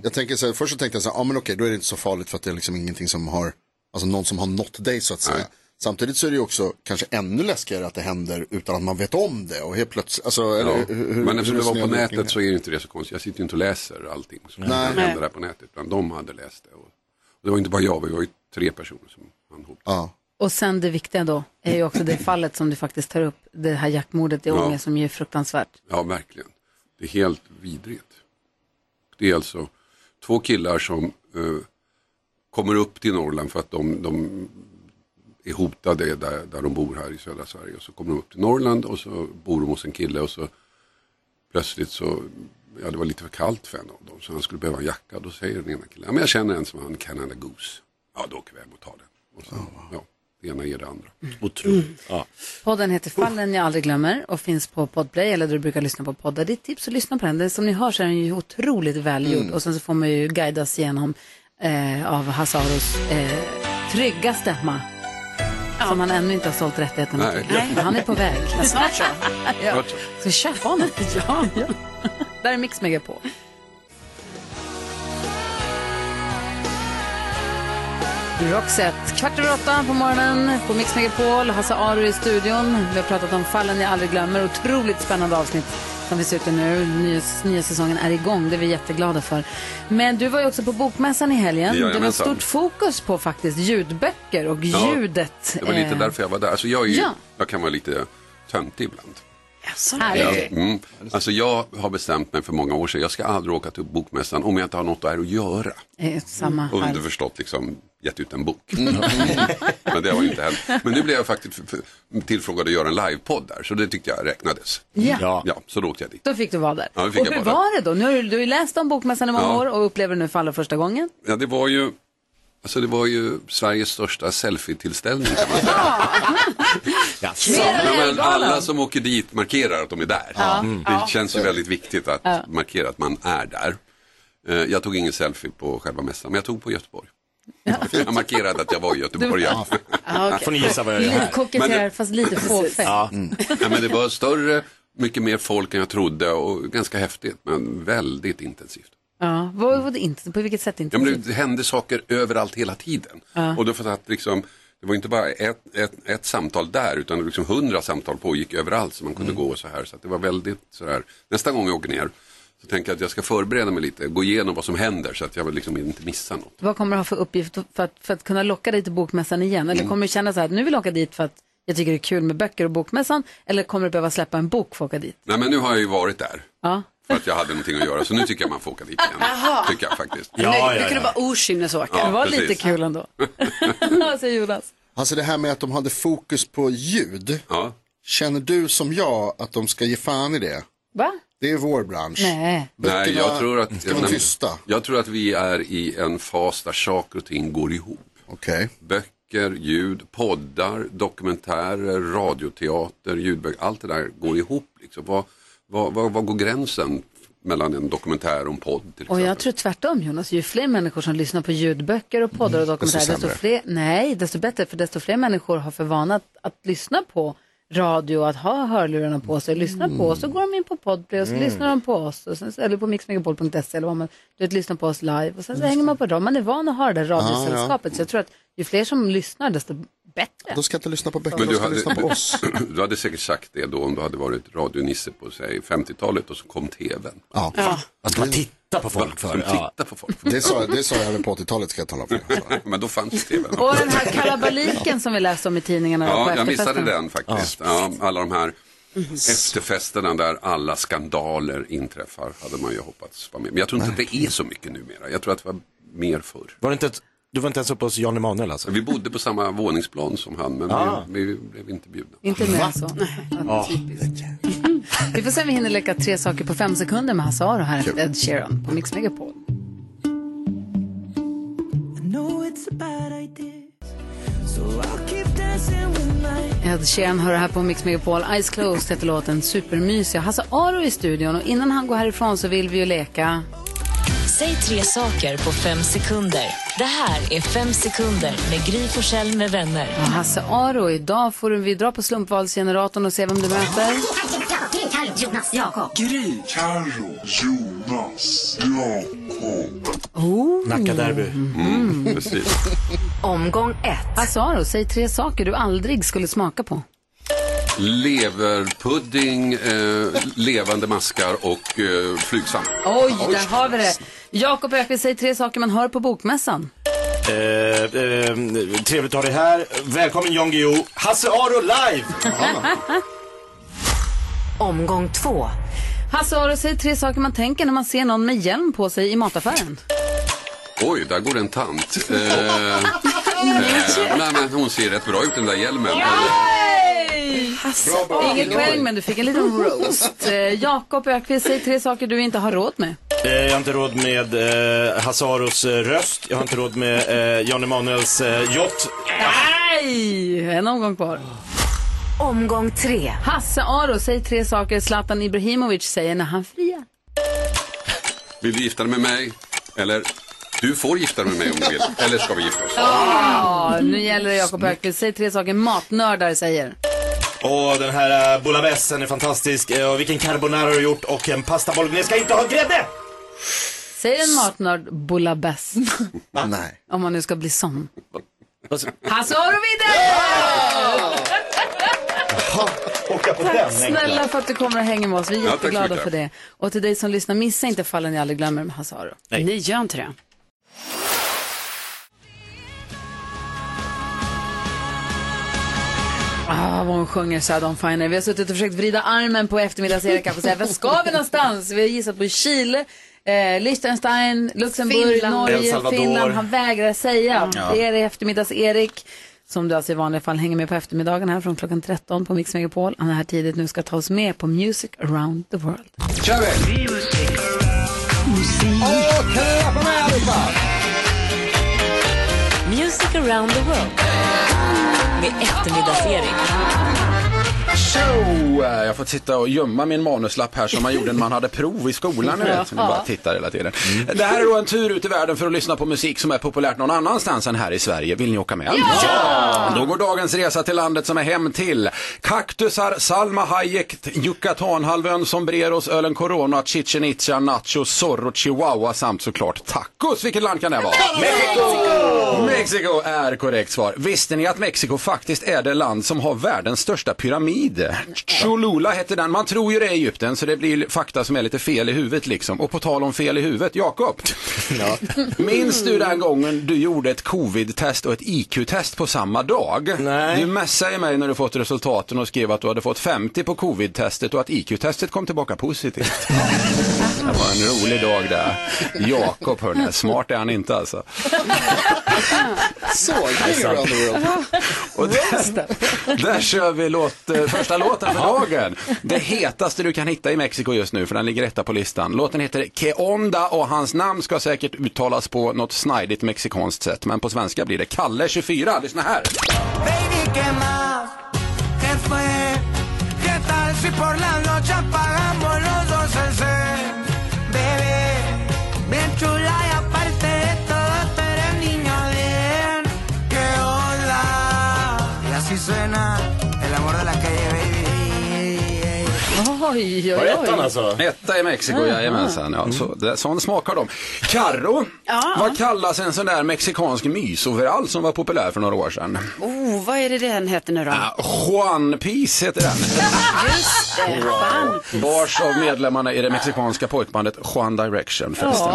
S2: Jag tänker så här, först så tänkte jag så här, ja ah, men okej, då är det inte så farligt för att det är liksom ingenting som har, alltså någon som har nått dig så att säga. Samtidigt så är det ju också kanske ännu läskigare att det händer utan att man vet om det och helt plötsligt, alltså, eller,
S16: Ja.
S2: hur- hur,
S16: men eftersom det var på
S2: resonerar du kring
S16: nätet så är ju inte det så konstigt. Jag sitter ju inte och läser allting som
S2: Nej.
S16: händer
S2: Nej.
S16: där på nätet. Utan de hade läst det. Och, och det var inte bara jag, vi var ju tre personer som han hotade.
S1: Och sen det viktiga då är ju också det fallet som du faktiskt tar upp, det här jaktmordet i
S16: Ja.
S1: Ånge som ju är fruktansvärt.
S16: Ja, verkligen. Det är helt vidrigt. Det är alltså två killar som eh, kommer upp till Norrland för att de, de är hotade där, där de bor här i södra Sverige. Och så kommer de upp till Norrland och så bor de hos en kille och så plötsligt så, ja det var lite för kallt för en av dem så han skulle behöva en jacka. Då säger den ena killen, ja men jag känner en som han Canada Goose. Ja, då åker vi hem och tar den. Och så, ja, det ena ger det andra.
S5: Otroligt. Ja.
S1: Podden heter Fallen jag aldrig glömmer och finns på Podplay eller där du brukar lyssna på poddar. Ditt tips att lyssna på den. den som ni hör så är den ju otroligt välgjord
S18: Mm.
S1: och sen så får man ju guidas igenom eh, av Hasaros eh, trygga stämma. Som han ännu inte har sålt rättigheterna
S16: Nej.
S1: till. Men han är på väg.
S4: Men snart så.
S1: ja.
S16: Vart-
S1: Så kör honom. ja, ja. Där är Mix Megapol. Roxette, kvart över åtta på morgonen på Mix Megapol. Hasse Aro i studion. Vi har pratat om fallen jag aldrig glömmer. Otroligt spännande avsnitt som finns ute nu. Nya, nya säsongen är igång. Det är vi jätteglada för. Men du var ju också på Bokmässan i helgen. det var
S16: Jajamensan.
S1: stort fokus på faktiskt ljudböcker och
S16: Ja,
S1: ljudet.
S16: Det var lite
S1: eh,
S16: därför jag var där. Alltså jag, är ju,
S1: Ja.
S16: jag kan vara lite töntig ibland. Ja,
S1: härligt.
S16: mm. Alltså jag har bestämt mig för många år sedan, jag ska aldrig åka till bokmässan om jag inte har något där att göra.
S1: Eh, Samma här.
S16: Underförstått liksom gett ut en bok. Mm. Men det har ju inte hänt. Men nu blev jag faktiskt för- för- tillfrågad att göra en livepodd där, så det tyckte jag räknades.
S1: Ja.
S16: ja så då åkte jag dit.
S1: Då fick du vara där.
S16: Ja, då fick
S1: och
S16: jag
S1: hur
S16: vara där.
S1: var det då? Nu har du, du har ju läst om Bokmässan i många
S16: Ja.
S1: år och upplever det nu för allra första gången.
S16: Ja, det var ju, alltså det var ju Sveriges största selfie-tillställning kan man säga.
S1: Mer än
S16: Ja, men
S1: Ellegalan.
S16: alla som åker dit markerar att de är där.
S1: Ja.
S16: Mm. Det
S1: Ja.
S16: känns ju väldigt viktigt att
S1: Ja.
S16: markera att man är där. Eh, Jag tog ingen selfie på själva mässan, men jag tog på Göteborg. Jag markerade att jag var göteborgare.
S1: Ja, okej.
S16: Får ni gissa vad jag gör
S1: Lite
S16: här?
S1: koketterar,
S16: Men det-
S1: fast lite fåfäng.
S16: Mm. Ja, men det var större, mycket mer folk än jag trodde och ganska häftigt, men väldigt intensivt.
S1: Ja, vad var det inte? På vilket sätt inte?
S16: Ja, men det hände saker överallt hela tiden.
S1: Ja.
S16: Och då för att liksom, det var inte bara ett, ett, ett samtal där utan liksom hundra samtal pågick överallt så man kunde
S2: Mm.
S16: gå och så här. Så att det var väldigt så här. Nästa gång jag åker ner så tänker jag att jag ska förbereda mig lite, gå igenom vad som händer så att jag liksom inte missar något.
S1: Vad kommer du ha för uppgift för att, för att kunna locka dig till Bokmässan igen?
S16: Mm.
S1: Eller kommer du känna så här, att nu vill jag åka dit för att jag tycker det är kul med böcker och Bokmässan? Eller kommer du behöva släppa en bok för att åka dit?
S16: Nej men nu har jag ju varit där
S1: Ja.
S16: för att jag hade någonting att göra så nu tycker jag man får åka dit igen.
S4: Jaha.
S16: Tycker jag faktiskt.
S4: nu, nu kan du vara okynnesåkare.
S16: Ja,
S1: det var
S16: precis.
S1: lite kul ändå. Säger Jonas.
S2: Alltså det här med att de hade fokus på ljud. Känner du som jag att de ska ge fan i det?
S1: Va?
S2: Det är vår bransch.
S1: Nej.
S16: Nej,
S2: Böckerna
S16: jag tror att...
S2: ska vara tysta.
S16: Jag tror att vi är i en fas där saker och ting går ihop.
S2: Okej.
S16: Böcker, ljud, poddar, dokumentärer, radioteater, ljudböcker. Allt det där går ihop. Liksom. Vad, vad, vad, vad går gränsen mellan en dokumentär och en podd? Till
S1: Och jag tror tvärtom Jonas, ju fler människor som lyssnar på ljudböcker och poddar och dokumentärer,
S16: Mm, Desto
S1: desto,
S16: sämre.
S1: fler, nej, desto bättre, för desto fler människor har för vana att, att lyssna på radio, att ha hörlurarna på sig, lyssna på oss, så går de in på Podplay och så
S18: Mm.
S1: lyssnar de på oss, och sen, eller på mixmegapol.se eller vad man, du vet, lyssnar på oss live och sen så hänger man på dem, man är van att ha det där radiosällskapet,
S16: Ah, Ja, ja.
S1: så jag tror att ju fler som lyssnar, desto bättre.
S2: De ska inte lyssna på böcker,
S16: Men
S2: de
S16: du
S2: ska
S16: hade,
S2: lyssna på oss.
S16: du hade säkert sagt det då om du hade varit radionisse på säg 50-talet och så kom tvn.
S2: Ja. Ja.
S16: Att man tittar på folk för.
S2: Ja.
S16: Titta på folk.
S2: Det sa, det sa jag även på 80-talet ska jag tala om. för dig.
S16: Men då fanns tvn.
S1: Och den här kalabaliken som vi läste om i tidningarna på
S16: Ja, jag
S1: efterfesten. Mm-hmm.
S16: missade den faktiskt. Ja, alla de här efterfesterna där alla skandaler inträffar hade man ju hoppats vara med. Men jag tror inte att det är så mycket numera. Jag tror att det var mer förr.
S5: Var det inte ett, du var inte ens uppe hos Jan Emanuel alltså?
S16: Vi bodde på samma våningsplan som han, men
S5: Ah.
S16: vi, vi blev inte bjudna.
S1: Inte mer än så.
S16: Ja.
S1: Vi får se om vi hinner leka tre saker på fem sekunder med Hasse Aro här efter Ed Sheeran på Mix Megapol.
S15: I know it's a bad idea, so I'll keep dancing with my
S1: Ed Sheeran hör här på Mix Megapol. Eyes Closed heter låten. Supermysig. Hasse Aro i studion och innan han går härifrån så vill vi ju leka.
S7: Säg tre saker på fem sekunder. Det här är Fem sekunder med Gry Forssell med vänner.
S1: Ja, Hasse Aro, idag får vi dra på slumpvalsgeneratorn och se vem du möter.
S6: Gry, Carro, Jonas, Jakob.
S1: Gry.
S6: Carro, Jonas, Jakob.
S1: Oh.
S5: Nackaderby.
S16: Mm, precis.
S1: Omgång ett. Hasse Aro, säg tre saker du aldrig skulle smaka på.
S16: Leverpudding, eh, levande maskar och eh, flygsvamp.
S1: Oj, där har vi det. Jakob Ökvist, säg tre saker man hör på bokmässan.
S5: Eh, eh, trevligt att ha dig här. Välkommen Jan Guillou. Hasse Aro live!
S1: Omgång två. Hasse Aro, säg tre saker man tänker när man ser någon med hjälm på sig i mataffären.
S16: Oj, där går en tant. Eh, eh, nej, men hon ser rätt bra ut den där hjälmen.
S1: Hasse Inget poäng, men du fick en liten roast. Eh, Jakob Ökvist, säg tre saker du inte har råd med.
S5: Eh, jag har inte råd med eh, Hasse Aros eh, röst. Jag har inte råd med eh, Jan Emanuels eh, yacht.
S1: Nej! En omgång kvar. Omgång tre. Hasse Aro, säg tre saker Zlatan Ibrahimovic säger när han friar.
S16: Vill du gifta dig med mig? Eller, du får gifta dig med mig om du vill. Eller ska vi gifta oss?
S1: Ja, nu gäller det Jakob Ökvist. Säg tre saker matnördar säger.
S5: Och den här eh, bouillabaisen är fantastisk. Eh, och vilken carbonara du har gjort och en pasta bolognese ska inte ha grädde!
S1: Säger en matnörd bouillabaisse?
S5: Nej.
S1: Om man nu ska bli sån.
S6: Hasse
S1: Aro
S5: Åka på den
S1: Tack snälla för att du kommer och hänger med oss. Vi är
S5: Ja, tack så
S1: jätteglada
S5: mycket.
S1: för det. Och till dig som lyssnar, missa inte fallen jag aldrig glömmer med Hasse Aro.
S4: Nej. Ni gör inte det.
S1: Ah, vad hon sjunger Sad on Fire. Vi har suttit och försökt vrida armen på eftermiddags-Erik här för att säga, var ska vi någonstans? Vi har gissat på Chile, eh, Liechtenstein, Luxemburg,
S4: Finland.
S1: Norge,
S4: El Salvador.
S1: Finland. Han vägrar säga.
S4: Ja.
S1: Det är det eftermiddags-Erik. Som du alltså i vanliga fall hänger med på eftermiddagen här från klockan 13 på Mix Megapol. Han är här tidigt nu ska ta oss med på Music around the world.
S6: Kör vi! Åh, klappa med allihopa!
S7: Music around the world med Eftermiddags-Erik.
S19: Så, eh, jag får titta och gömma min manuslapp här som man gjorde när man hade prov i skolan. Ni vet. Man bara tittar hela tiden. Det här är då en tur ut i världen för att lyssna på musik som är populärt någon annanstans än här i Sverige. Vill ni åka med?
S6: Ja!
S19: Då går dagens resa till landet som är hem till. Kaktusar, Salma Hayek, Yucatanhalvön, Sombreros, ölen Corona, Chichen Itza, Nacho, Zorro, Chihuahua samt såklart tacos. Vilket land kan det vara?
S6: Mexiko!
S19: Mexiko är korrekt svar. Visste ni att Mexiko faktiskt är det land som har världens största pyramid? Cholula heter den. Man tror ju det är Egypten så det blir fakta som är lite fel i huvudet liksom. Och på tal om fel i huvudet, Jakob. Minns du den gången du gjorde ett covid-test och ett IQ-test på samma dag? Nej. Du messade mig när du fått resultaten och skrev att du hade fått 50 på covid-testet och att IQ-testet kom tillbaka positivt. Det var en rolig dag där. Jakob, hörni, smart är han inte alltså.
S2: Så, Gry around the world.
S19: Och där, där kör vi låt, eh, första låten för dagen. Det hetaste du kan hitta i Mexiko just nu, för den ligger etta på listan. Låten heter Que Onda och hans namn ska säkert uttalas på något snajdigt mexikanskt sätt, men på svenska blir det Kalle 24. Lyssna här.
S15: Baby, ¿qué más? ¿Qué fue? ¿Qué tal si por la noche apagamos los dos el ser? Bebé, bien chula y aparte de todo tú eres niño bien. ¿Qué onda? Y así suena el amor de la calle, baby.
S1: Oj, oj,
S19: Var
S1: oj.
S5: alltså?
S16: alltså?
S19: Etta i Mexiko,
S1: Aha.
S19: jajamensan. Ja, så, det, sån smakar de. Carro, vad kallas en sån där mexikansk mysoverall som var populär för några år sedan?
S4: Oh, vad är det den heter nu då?
S19: Juan Pis heter den.
S4: Just det, fan.
S19: Bars av medlemmarna i det mexikanska pojkbandet One Direction förresten.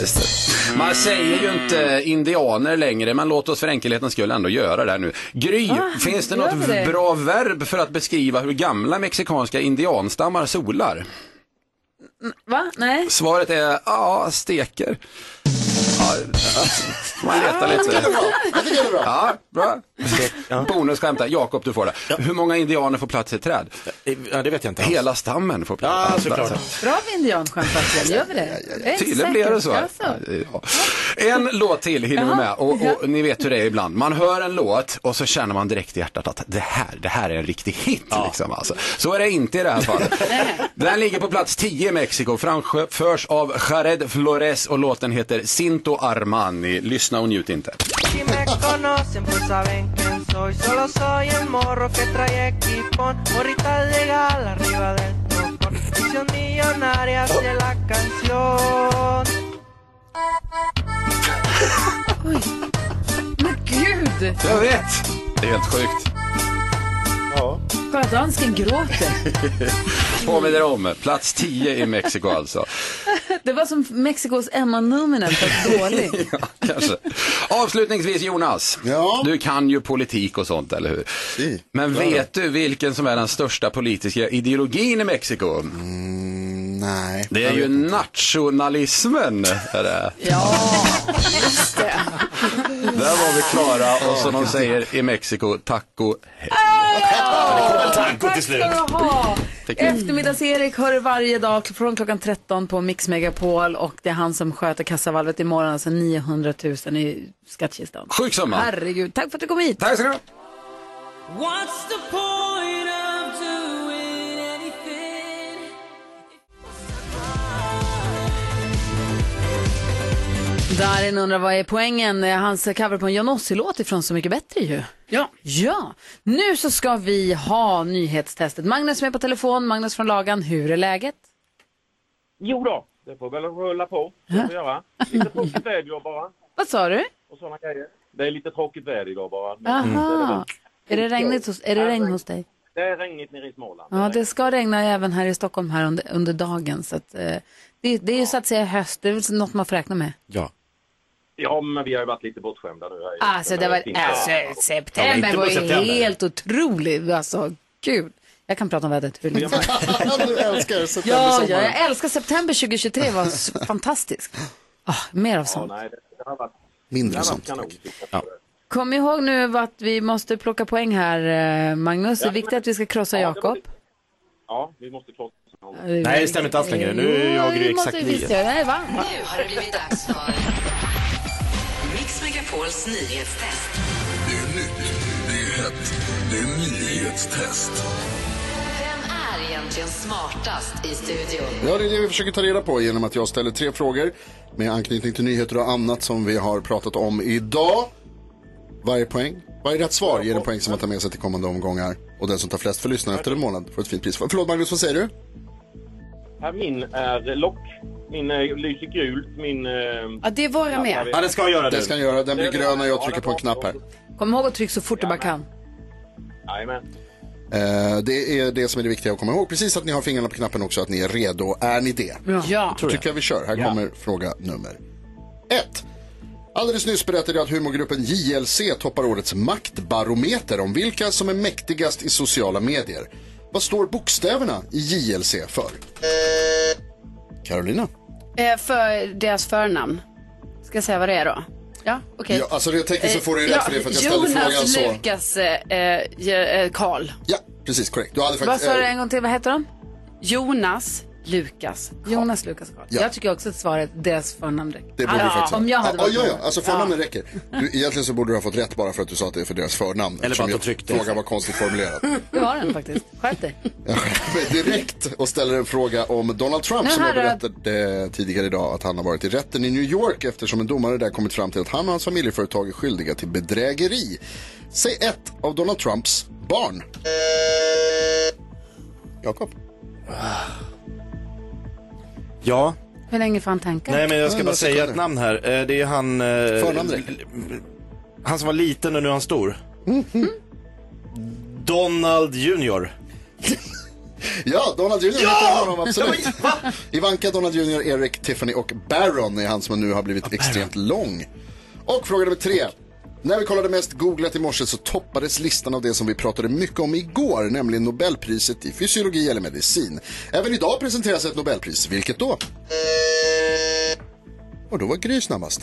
S19: Just det. Man säger ju inte indianer längre, men låt oss för enkelhetens skull ändå göra det här nu. Gry,
S6: Ah,
S19: finns det
S6: gör
S19: något
S6: vi det?
S19: bra verb för att beskriva hur gamla mexikanska indianstammar solar?
S1: Va? Nej?
S19: Svaret är, ja, steker. Får Man letar lite.
S15: Jag tycker det är bra.
S19: Ja, bra. Bonusskämt där. Jakob, du får det. Hur många indianer får plats i ett träd?
S5: Ja, det vet jag inte.
S19: Hela stammen får plats.
S5: Alltså. Ja, såklart.
S1: Bra med indianskämt verkligen, gör vi det? Jag är inte
S19: Tydligen
S1: säker.
S19: blir det så.
S1: Alltså.
S19: Ja. En låt till hinner vi med. Och, och ni vet hur det är ibland. Man hör en låt och så känner man direkt i hjärtat att det här, det här är en riktig hit. Liksom, alltså. Så är det inte i det här fallet. Den ligger på plats 10 i Mexiko. Framförs av Jared Flores och låten heter Cinto Armani. Lyssna och njut inte.
S15: Si me conocen pues saben quién soy Solo soy el morro que trae equipón Morrita de gala arriba del topón Visión millonaria de la canción
S1: Men gud!
S19: Jag vet! Det är helt sjukt.
S1: Kolla, dansken gråter.
S19: Påminner om, plats 10 i Mexiko alltså.
S1: Det var som Mexikos Emma Numinen, fast dålig.
S19: Ja, kanske. Avslutningsvis Jonas, du kan ju politik och sånt, eller hur? Men
S1: Klar.
S19: vet du vilken som är den största politiska ideologin i Mexiko? nej. Det är
S15: Mm, jag
S19: ju
S15: vet
S19: nationalismen. Är det.
S1: Just det.
S19: Där var vi klara och som de säger i Mexiko, taco.
S1: Tack ska du ha!
S19: Tack.
S1: Eftermiddags-Erik hör du varje dag från klockan 13 på Mix Megapol och det är han som sköter kassavalvet imorgon, alltså 900 000 i skattkistan.
S19: Sjuk summa.
S1: Herregud, tack för att du kom hit!
S19: Tack ska du ha!
S15: What's the point of doing anything?
S1: Darin undrar vad är poängen? Eh, Hans cover på en Johnossi-låt ifrån Så mycket bättre ju. Ja. Ja. Nu så ska vi ha nyhetstestet. Magnus som är på telefon, Magnus från Lagan. Hur är läget?
S12: Jo då, det får väl rulla på. Det får vi göra. Lite tråkigt väder idag bara.
S1: Vad sa du?
S12: Och sådana grejer. Det är lite tråkigt väder idag bara. Men det är väl-
S1: Aha. Är det, regnigt hos, är det regn hos dig?
S12: Det är regnigt nere i Småland.
S1: Ja, det ska regna även här i Stockholm här under, under dagen. Så att, eh, det, det är ju så att säga höst, det är väl något man får räkna med.
S12: Ja, men vi har ju varit lite bortskämda nu. här i-
S1: Alltså, det var,
S12: finns
S1: alltså
S12: Ja,
S1: september
S12: inte på
S1: var ju
S12: september.
S1: helt otroligt. Alltså, gud. Jag kan prata om vädret hur länge som helst.
S2: du älskar september
S1: Ja, ja,
S2: sommaren.
S1: jag älskar september 2023, var s- fantastiskt. Ah, mer av sånt.
S12: Nej, det, det har varit...
S2: Mindre
S12: det har
S2: sånt,
S12: varit kanon.
S1: Kom ihåg nu att vi måste plocka poäng här, eh, Magnus. Det är
S12: Ja.
S1: viktigt att vi ska krossa
S12: Ja, det var
S1: Jakob. Eh,
S12: Ja, vi måste krossa honom.
S1: Nej, det stämmer inte alls längre. Nu är jag och Gry
S12: Jo, vi
S1: exakt
S12: måste
S1: nio.
S12: visst göra det.
S1: Nej, va?
S9: Nu har det blivit dags för Mix Megapols nyhetstest.
S8: Det är hett, det är nyhetstest.
S9: Vem är egentligen smartast i studion?
S2: Ja, det är det vi försöker ta reda på genom att jag ställer tre frågor med anknytning till nyheter och annat som vi har pratat om idag. Varje poäng, varje rätt svar ger en poäng som man tar med sig till kommande omgångar. Och den som tar flest för lyssnaren efter en månad får ett fint pris. Förlåt Magnus, vad säger du?
S12: Här min är lock. Min eh, lyser gult. Min... eh,
S1: Ja, det är våra med.
S2: Ja, den ska göra det.
S12: Den ska
S2: göra. Den blir grön när jag trycker på en knapp här.
S1: Kom ihåg att trycka så fort du bara kan.
S12: Jajamän.
S2: Eh, det är det som är det viktiga att komma ihåg. Precis att ni har fingrarna på knappen också, att ni är redo. Är ni det?
S1: Ja.
S2: Då tycker jag vi kör. Här kommer fråga nummer ett. Alldeles nyss berättade jag att humorgruppen JLC toppar årets maktbarometer om vilka som är mäktigast i sociala medier. Vad står bokstäverna i JLC för? Carolina?
S4: Eh, för deras förnamn. Ska jag säga vad det är då? Ja, okej.
S2: Ja, alltså rent tekniskt så får du ju
S4: Eh,
S2: rätt för det, för att jag ställde frågan så.
S4: Jonas, Lukas, eh, eh, Karl.
S2: Ja, precis korrekt. Du hade
S1: Vad
S2: faktiskt...
S1: sa du
S2: eh,
S1: en gång till, vad heter de?
S4: Jonas, Lukas,
S1: Jonas, Lukas, Karl.
S2: Ja.
S1: Jag tycker också att svaret, deras förnamn räcker.
S2: Det borde du faktiskt ha.
S1: Om jag hade
S2: ja,
S1: varit
S2: ja,
S1: med.
S2: ja, alltså förnamnen räcker. Du, egentligen så borde du ha fått rätt bara för att du sa att det är för deras förnamn. Eller bara att de tryckte. Frågan var konstigt formulerad.
S1: Det var den faktiskt. Skärp dig.
S2: Jag skärper mig direkt och ställer en fråga om Donald Trump
S1: Nu
S2: som jag
S1: här är-
S2: berättade tidigare idag att han har varit i rätten i New York eftersom en domare där kommit fram till att han och hans familjeföretag är skyldiga till bedrägeri. Säg ett av Donald Trumps barn. Jakob.
S5: Ja,
S1: Hur länge får han tänka?
S5: nej men jag ska bara säga ett namn här. Eh, Det är han... eh,
S2: Förnamn
S5: Han som var liten och nu är han stor. Mhm. Donald Junior.
S2: Ja, Donald Jr.
S5: Ja!
S2: heter honom, absolut. Ivanka, Donald Jr, Eric, Tiffany och Baron är han som nu har blivit extremt lång. Och fråga nummer tre. När vi kollade mest googlat i morse så toppades listan av det som vi pratade mycket om igår, nämligen Nobelpriset i fysiologi eller medicin. Även idag presenteras ett Nobelpris, vilket då? Och då var Gry snabbast.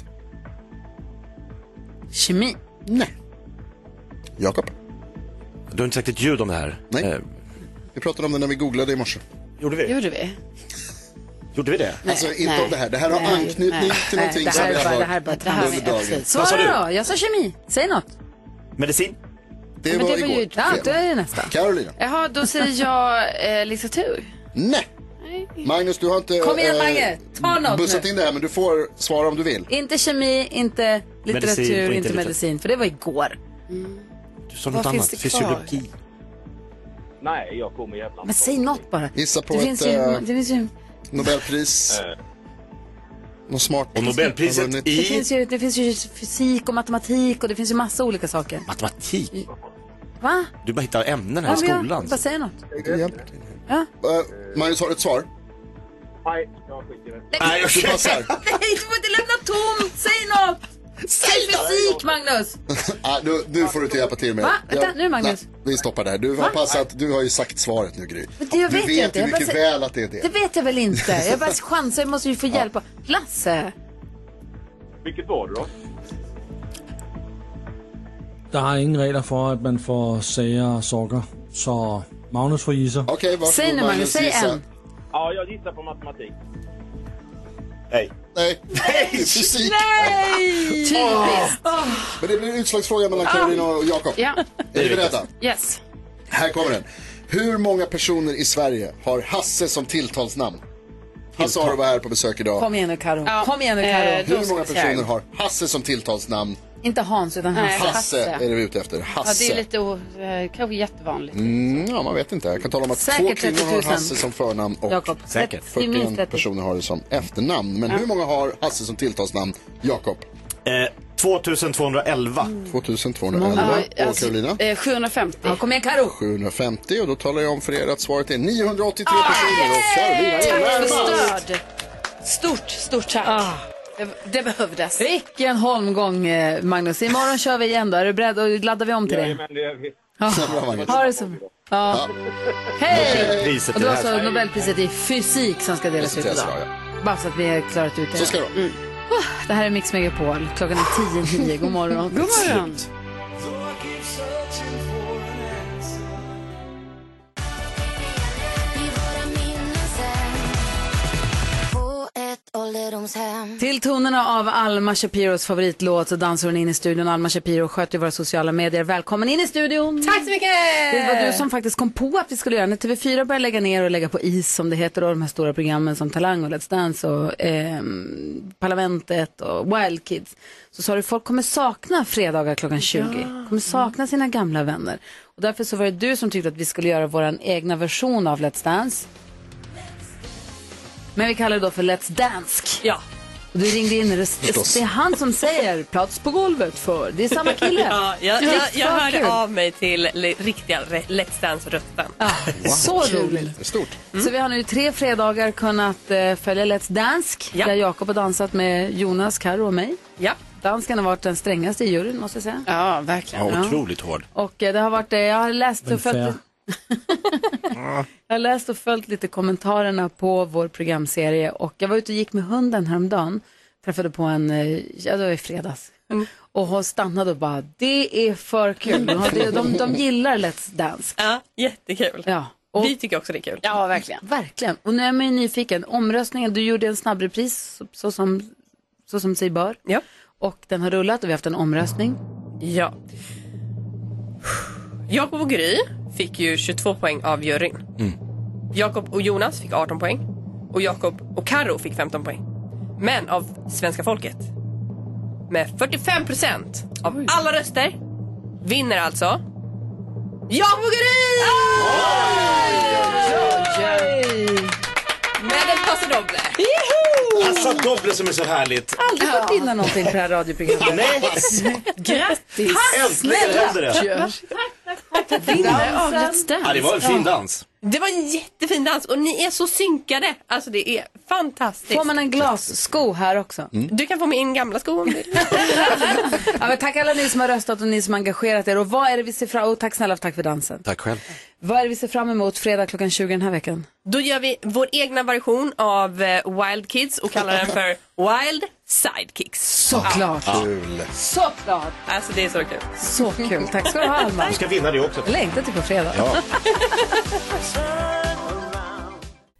S1: Kemi.
S2: Nej. Jakob?
S5: Du har inte sagt ett ljud om det här. Eh,
S2: Nej. Vi pratade om det när vi googlade i morse.
S5: Gjorde vi?
S4: Gjorde vi?
S5: Gjorde vi det?
S2: Alltså inte om det här. Det här har anknytning till någonting
S1: det
S2: som
S1: här
S2: vi
S1: är
S2: har
S1: bara,
S2: hört
S1: det här är bara
S2: under
S1: trams.
S2: dagen.
S1: Svara då. Jag sa kemi. Säg något.
S5: Medicin?
S2: Det
S1: Men
S2: var
S1: det var
S2: igår.
S1: ju- Ja, då är det nästa.
S2: Carolina?
S4: Jaha, då säger jag eh, litteratur.
S2: Nej. Magnus, du har inte
S1: Kom igen,
S2: eh,
S1: Mange. Ta något
S2: bussat
S1: nu.
S2: in det här, men du får svara om du vill.
S1: Inte kemi, inte litteratur,
S2: Medicin och
S1: inte,
S2: inte litteratur.
S1: medicin. För det var igår.
S5: Du sa
S1: Vad finns det kvar?
S12: Nej, jag kommer jävla...
S1: Men säg något bara.
S2: Gissa på
S1: det,
S2: ett
S1: finns ju,
S2: eh,
S1: det finns ju...
S2: Nobelpris. Något smart.
S5: Eh. Och Nobelpriset
S2: har vunnit.
S1: Det finns, ju, det finns ju fysik och matematik och det finns ju massa olika saker.
S5: Matematik?
S1: Va?
S5: Du bara hittar ämnen här
S1: Ja,
S5: i
S1: men jag-
S5: skolan.
S1: Bara säg något. Ja.
S2: Eh, Magnus, har du ett svar?
S12: Nej, jag skiter i det.
S2: Nej, du passar.
S1: Nej, du får inte lämna tomt! Säg något! Säg fysik, Magnus!
S2: Ah, nu, nu får du inte hjälpa till med.
S1: Va?
S2: Jag-
S1: Vänta, nu, Magnus.
S2: Nej, vi stoppar där. Du har,
S1: Va?
S2: passat, du har ju sagt svaret nu, Gry.
S1: Men det jag
S2: du
S1: vet jag
S2: vet
S1: inte.
S2: ju
S1: Jag bara
S2: mycket
S1: säger-
S2: väl att det är det.
S1: Det vet jag väl inte. Jag bara chansar. Jag måste ju få hjälp. av- Lasse!
S12: Vilket var det då?
S3: Der er ingen regler for, at man får sager og sokker, så Magnus får i sig.
S2: Okay,
S1: Säg nu, Magnus. Säg en.
S12: Ja, jag gissar på matematik.
S5: Nej.
S2: Nej. Fysik.
S1: Nej! Typiskt. Ah.
S2: Men det blir en utslagsfråga mellan Carolina och Jakob.
S4: Ja.
S2: Är ni beredda?
S4: Yes.
S2: Här kommer den. Hur många personer i Sverige har Hasse som tilltalsnamn? Hasse Aro var här på besök idag.
S1: Kom igen nu, Karo. Kom igen nu,
S4: Eh,
S1: Karo.
S2: Hur många personer har Hasse som tilltalsnamn?
S1: Inte Hans, utan
S4: Nej,
S1: Hasse.
S2: Hasse är det vi är ute efter.
S4: Ja, det
S2: Hasse.
S4: är lite o- eh, kanske jättevanligt.
S2: Mm, ja, man vet inte. Jag kan tala om att
S4: Säkert
S2: två kvinnor
S4: 30
S2: har
S4: 000.
S2: Hasse som förnamn och
S1: Jakob, Säkert. 30, minst
S2: 41
S1: 30.
S2: personer har det som efternamn. Men
S1: Ja.
S2: hur många har Hasse som tilltalsnamn? Jakob?
S5: Eh, 2211.
S1: Mm.
S2: 2211. Och Carolina?
S4: eh, 750.
S1: Ja, kom igen, Karo.
S2: 750 och då talar jag om för er att svaret är 983 personer och Carolina
S4: Tack
S2: är
S4: för
S2: närmast.
S4: stöd. Stort, stort tack. Det, det behövdes.
S1: Vilken holmgång, eh, Magnus. Imorgon kör vi igen då. Är du beredd? Och laddar vi om till det?
S12: Jajamän, det är vi.
S1: Ja.
S2: Bra, Magnus.
S1: Ha det så Ja. Hej!
S2: Nobelpriset
S1: Och
S2: i
S1: då
S2: det här
S1: så
S2: Sverige.
S1: Nobelpriset i fysik som ska delas ut
S2: Presenteras
S1: idag.
S2: idag,
S1: Bara så att vi har klarat ut det.
S2: Så ska det vara.
S1: Oh, Det här är Mix Megapol. Klockan är tio i nio. God morgon.
S4: God morgon.
S6: På ett ålderdomshem
S1: Till tonerna av Alma Shapiros favoritlåt så dansar hon in i studion. Alma Shapiro sköter ju våra sociala medier. Välkommen in i studion!
S20: Tack så mycket!
S1: Det var du som faktiskt kom på att vi skulle göra när TV4 började lägga ner och lägga på is som det heter då, de här stora programmen som Talang och Let's Dance och ehm, Parlamentet och Wild Kids. Så sa du, folk kommer sakna fredagar klockan 20, kommer sakna sina gamla vänner. Och därför så var det du som tyckte att vi skulle göra vår egna version av Let's Dance. Men vi kallar det då för Let's Dansk. Ja. Du ringde in,
S20: Förstås.
S1: det är han som säger plats på golvet för, det är samma kille.
S20: ja, jag, jag,
S1: Riktigt
S20: jag hörde
S1: kul.
S20: av mig till li, riktiga re- Let's Dance-rösten.
S1: Så roligt.
S2: Stort.
S20: Mm.
S1: Så vi har nu tre fredagar kunnat eh, följa Let's Dansk. Där Jakob har dansat med Jonas, Karo och mig.
S20: Ja.
S1: Dansken har varit den strängaste i juryn måste jag säga.
S4: Ja, verkligen.
S5: Ja, otroligt hård.
S1: Och eh, det har varit, eh, jag har läst och
S5: Men
S1: följt,
S5: fair.
S1: jag har läst och följt lite kommentarerna på vår programserie och jag var ute och gick med hunden häromdagen. Träffade på en, eh, ja det var i fredags. Och hon stannade och bara, det är för kul. De, har- de, de, de gillar Let's Dance.
S20: Ja, jättekul.
S1: Ja,
S20: Vi tycker också det är kul.
S4: Ja, verkligen.
S1: Verkligen. Och nu är man ju nyfiken. Omröstningen, du gjorde en snabbrepris så, så, som, så som sig bör.
S20: Ja.
S1: Och den har rullat och vi har haft en omröstning.
S20: Ja. Jakob och Gry fick ju 22 poäng av juryn.
S5: Mm.
S20: Jakob och Jonas fick 18 poäng. Och Jakob och Karo fick 15 poäng. Men av svenska folket, med 45 procent av alla röster, vinner alltså Jakob och Gry! Med en passadoble.
S5: Alltså Dobble som är så härligt.
S1: Aldrig fått vinna någonting på det här radioprogrammet.
S5: Nej.
S1: Grattis!
S5: Äntligen händer det.
S20: Vinnare av
S1: Dansen.
S20: Let's Dance.
S5: Ja, det var en fin dans.
S20: Det var en jättefin dans och ni är så synkade. Alltså det är Fantastiskt.
S1: Får man en glassko här också?
S20: Du kan få min gamla sko om du vill.
S1: Ja, men tack alla ni som har röstat och ni som har engagerat er. Och vad är det vi ser fram emot? Tack snälla och tack för dansen.
S5: Tack själv.
S1: Vad är det vi ser fram emot fredag klockan 20 den här veckan?
S20: Då gör vi vår egna version av eh, Wild Kids och kallar den för Wild Sidekicks.
S1: Såklart.
S20: Ja.
S2: Kul.
S1: Såklart.
S20: Alltså det är så kul.
S1: Så kul. Tack ska du ha Alma.
S5: Du ska vinna det också.
S1: Jag längtar till på fredag.
S5: Ja.